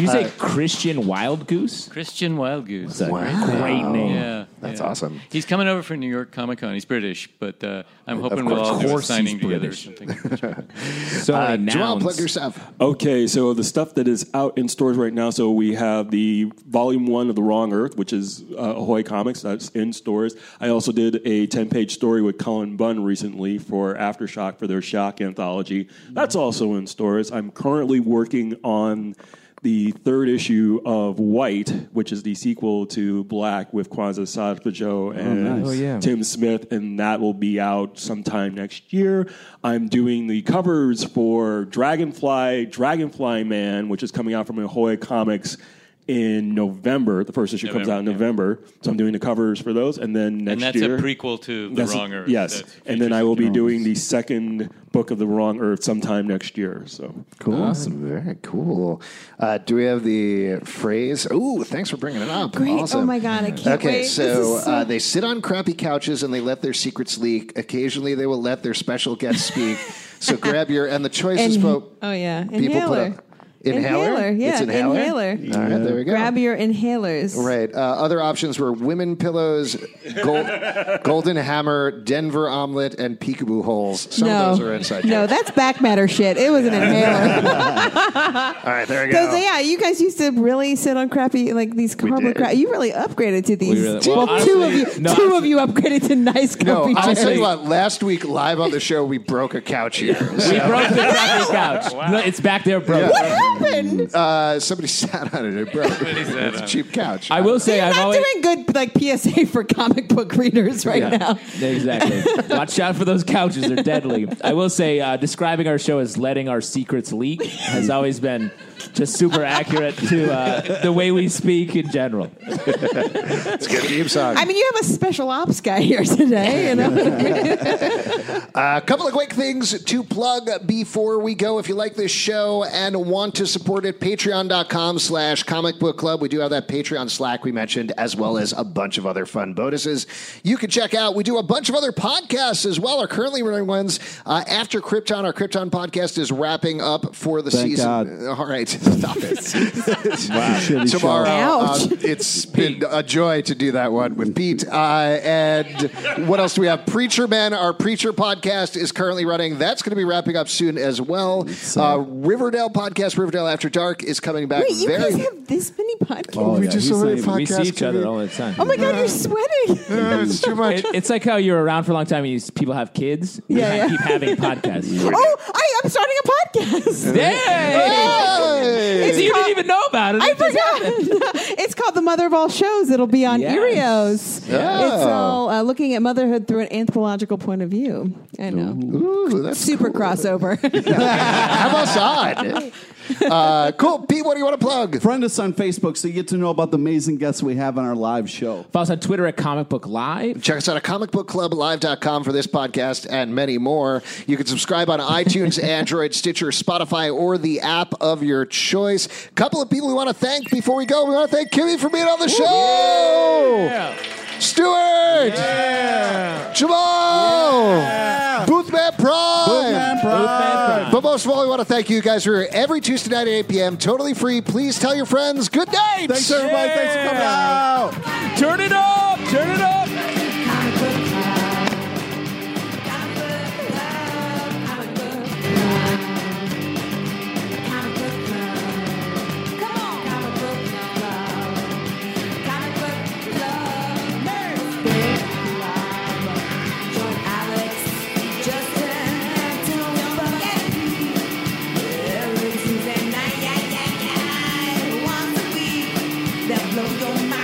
C: You say
G: Uh,
C: Christian Wild Goose?
G: Christian Wild Goose.
C: That's a great name.
G: Yeah,
C: That's
G: yeah.
C: awesome.
G: He's coming over for New York Comic Con. He's British, but uh, I'm hoping we'll
E: course.
G: all
E: Of
G: do a
E: course he's
G: signing together or
E: British.
G: something.
C: So
B: Uh, Jamal, plug your stuff.
E: Okay, so the stuff that is out in stores right now. So we have the volume one of The Wrong Earth, which is uh, Ahoy Comics, that's in stores. I also did a 10 page story with Colin Bunn recently for Aftershock for their Shock anthology. That's also in stores. I'm currently working on the third issue of White, which is the sequel to Black with Kwanzaa Sadbajo and
C: nice. Oh, yeah.
E: Tim Smith, and that will be out sometime next year. I'm doing the covers for Dragonfly, Dragonfly Man, which is coming out from Ahoy Comics in November. The first issue comes out in November, so I'm doing the covers for those, and then next
G: and that's
E: year.
G: a prequel to The
E: That's-
G: Wrong Earth.
E: Yes,
G: That's-
E: and then I will be doing the second book of the Wrong Earth sometime next year. So
B: Cool. Awesome. Very cool. Uh, do we have the phrase? Ooh, thanks for bringing it up.
F: Great. Oh
B: Awesome.
F: my God, I can't
B: okay,
F: wait. This
B: so,
F: is so-
B: Uh, they sit on crappy couches and they let their secrets leak. Occasionally, they will let their special guests speak.
F: *laughs*
B: so grab your and the choices
F: And-
B: vote.
F: oh, yeah.
B: People put
F: Inhaler.
B: up inhaler.
F: Yeah.
B: It's inhaler. All right, there we go.
F: Grab your inhalers.
B: Right. Uh, other options were women pillows,
F: *laughs*
B: gold, golden hammer, Denver omelet, and peekaboo holes. Some
F: no.
B: of those are inside.
F: No, that's back matter shit. It was
B: *laughs*
F: an inhaler.
B: All right, there we go.
F: Because yeah, you guys used to really sit on crappy like these carbon.
B: did.
F: Cra- you really upgraded to these.
B: We really-
F: well,
B: well,
F: two of
B: honestly-
F: you,
B: no,
F: two of you upgraded to nice. *laughs*
B: No,
F: crappy
B: I'll
F: chairs.
B: *laughs* tell you what. Last week, live on the show, we broke a couch here.
G: *laughs*
C: We broke the crappy couch. Look, It's back there, bro.
F: happened?
B: Uh, somebody *laughs* sat on it. It broke.
K: sat
B: it's
K: on
B: a
K: it.
B: cheap couch.
C: I will say I've
F: I'm
C: always
F: doing good like PSA for comic book readers right
C: Yeah.
F: now.
C: Exactly. Watch out for those couches; they're deadly. I will say, uh, describing our show as letting our secrets leak has always been just super accurate to uh, the way we speak in general.
B: It's a good theme song.
F: I mean, you have a special ops guy here today. You *laughs* know,
B: Uh, A couple of quick things to plug before we go. If you like this show and want to support it, patreon.com slash comic book club. We do have that Patreon Slack we mentioned, as well as a bunch of other fun bonuses you can check out. We do a bunch of other podcasts as well, our currently running ones. Uh, after Krypton, our Krypton podcast is wrapping up for the
D: Thank
B: season. *laughs*
D: God.
B: All right, stop it.
D: *laughs* Shitty show.
B: Tomorrow, uh, *laughs*
F: Ouch.
B: it's been a joy to do that one with Pete. Uh, and what else do we have? Preacher Men, our preacher podcast is currently running. That's going to be wrapping up soon as well. Uh, Riverdale podcast, Riverdale After Dark, is coming back
F: wait, you
B: very.
F: guys have this many podcasts?
D: Oh,
B: we
D: yeah,
B: just
D: he's
B: already
D: saying-
C: we see
B: podcast
C: each
B: could be-
C: other all the time.
F: Oh my god, you're sweating.
B: Uh, it's too much.
C: It- it's like how you're around for a long time and you, s- people have kids. You
F: Yeah,
C: ha-
F: yeah.
C: keep having podcasts.
F: Oh, I, I'm starting a podcast.
C: Yay!
B: Hey!
F: It's
C: So you
F: called-
C: didn't even know about
B: *laughs*
C: it.
F: I
C: It just happened.
F: forgot. it's called The Mother of All Shows. It'll be on
C: Yes.
F: Erios.
B: Yeah.
F: It's all uh, looking at motherhood through an anthropological point of view. I know.
B: Ooh, that's *laughs*
F: Super crossover.
B: Have us on. Uh, cool. Pete, what do you want to plug?
D: Friend us on Facebook so you get to know about the amazing guests we have on our live show.
C: Follow us on Twitter at Comic Book Live.
B: Check us out at comicbookclublive.com for this podcast and many more. You can subscribe on iTunes, *laughs* Android, Stitcher, Spotify, or the app of your choice. Couple of people we want to thank before we go. We want to thank Kimmy for being on the show. Stuart. Jamal. Boothman Prime. But most of all, we want to thank you guys for every Tuesday night at 8 p.m. Totally free. Please tell your friends. Good night.
D: Thanks, everybody. Thanks for coming out.
C: Turn it up! Turn it up!
L: Blow your mind.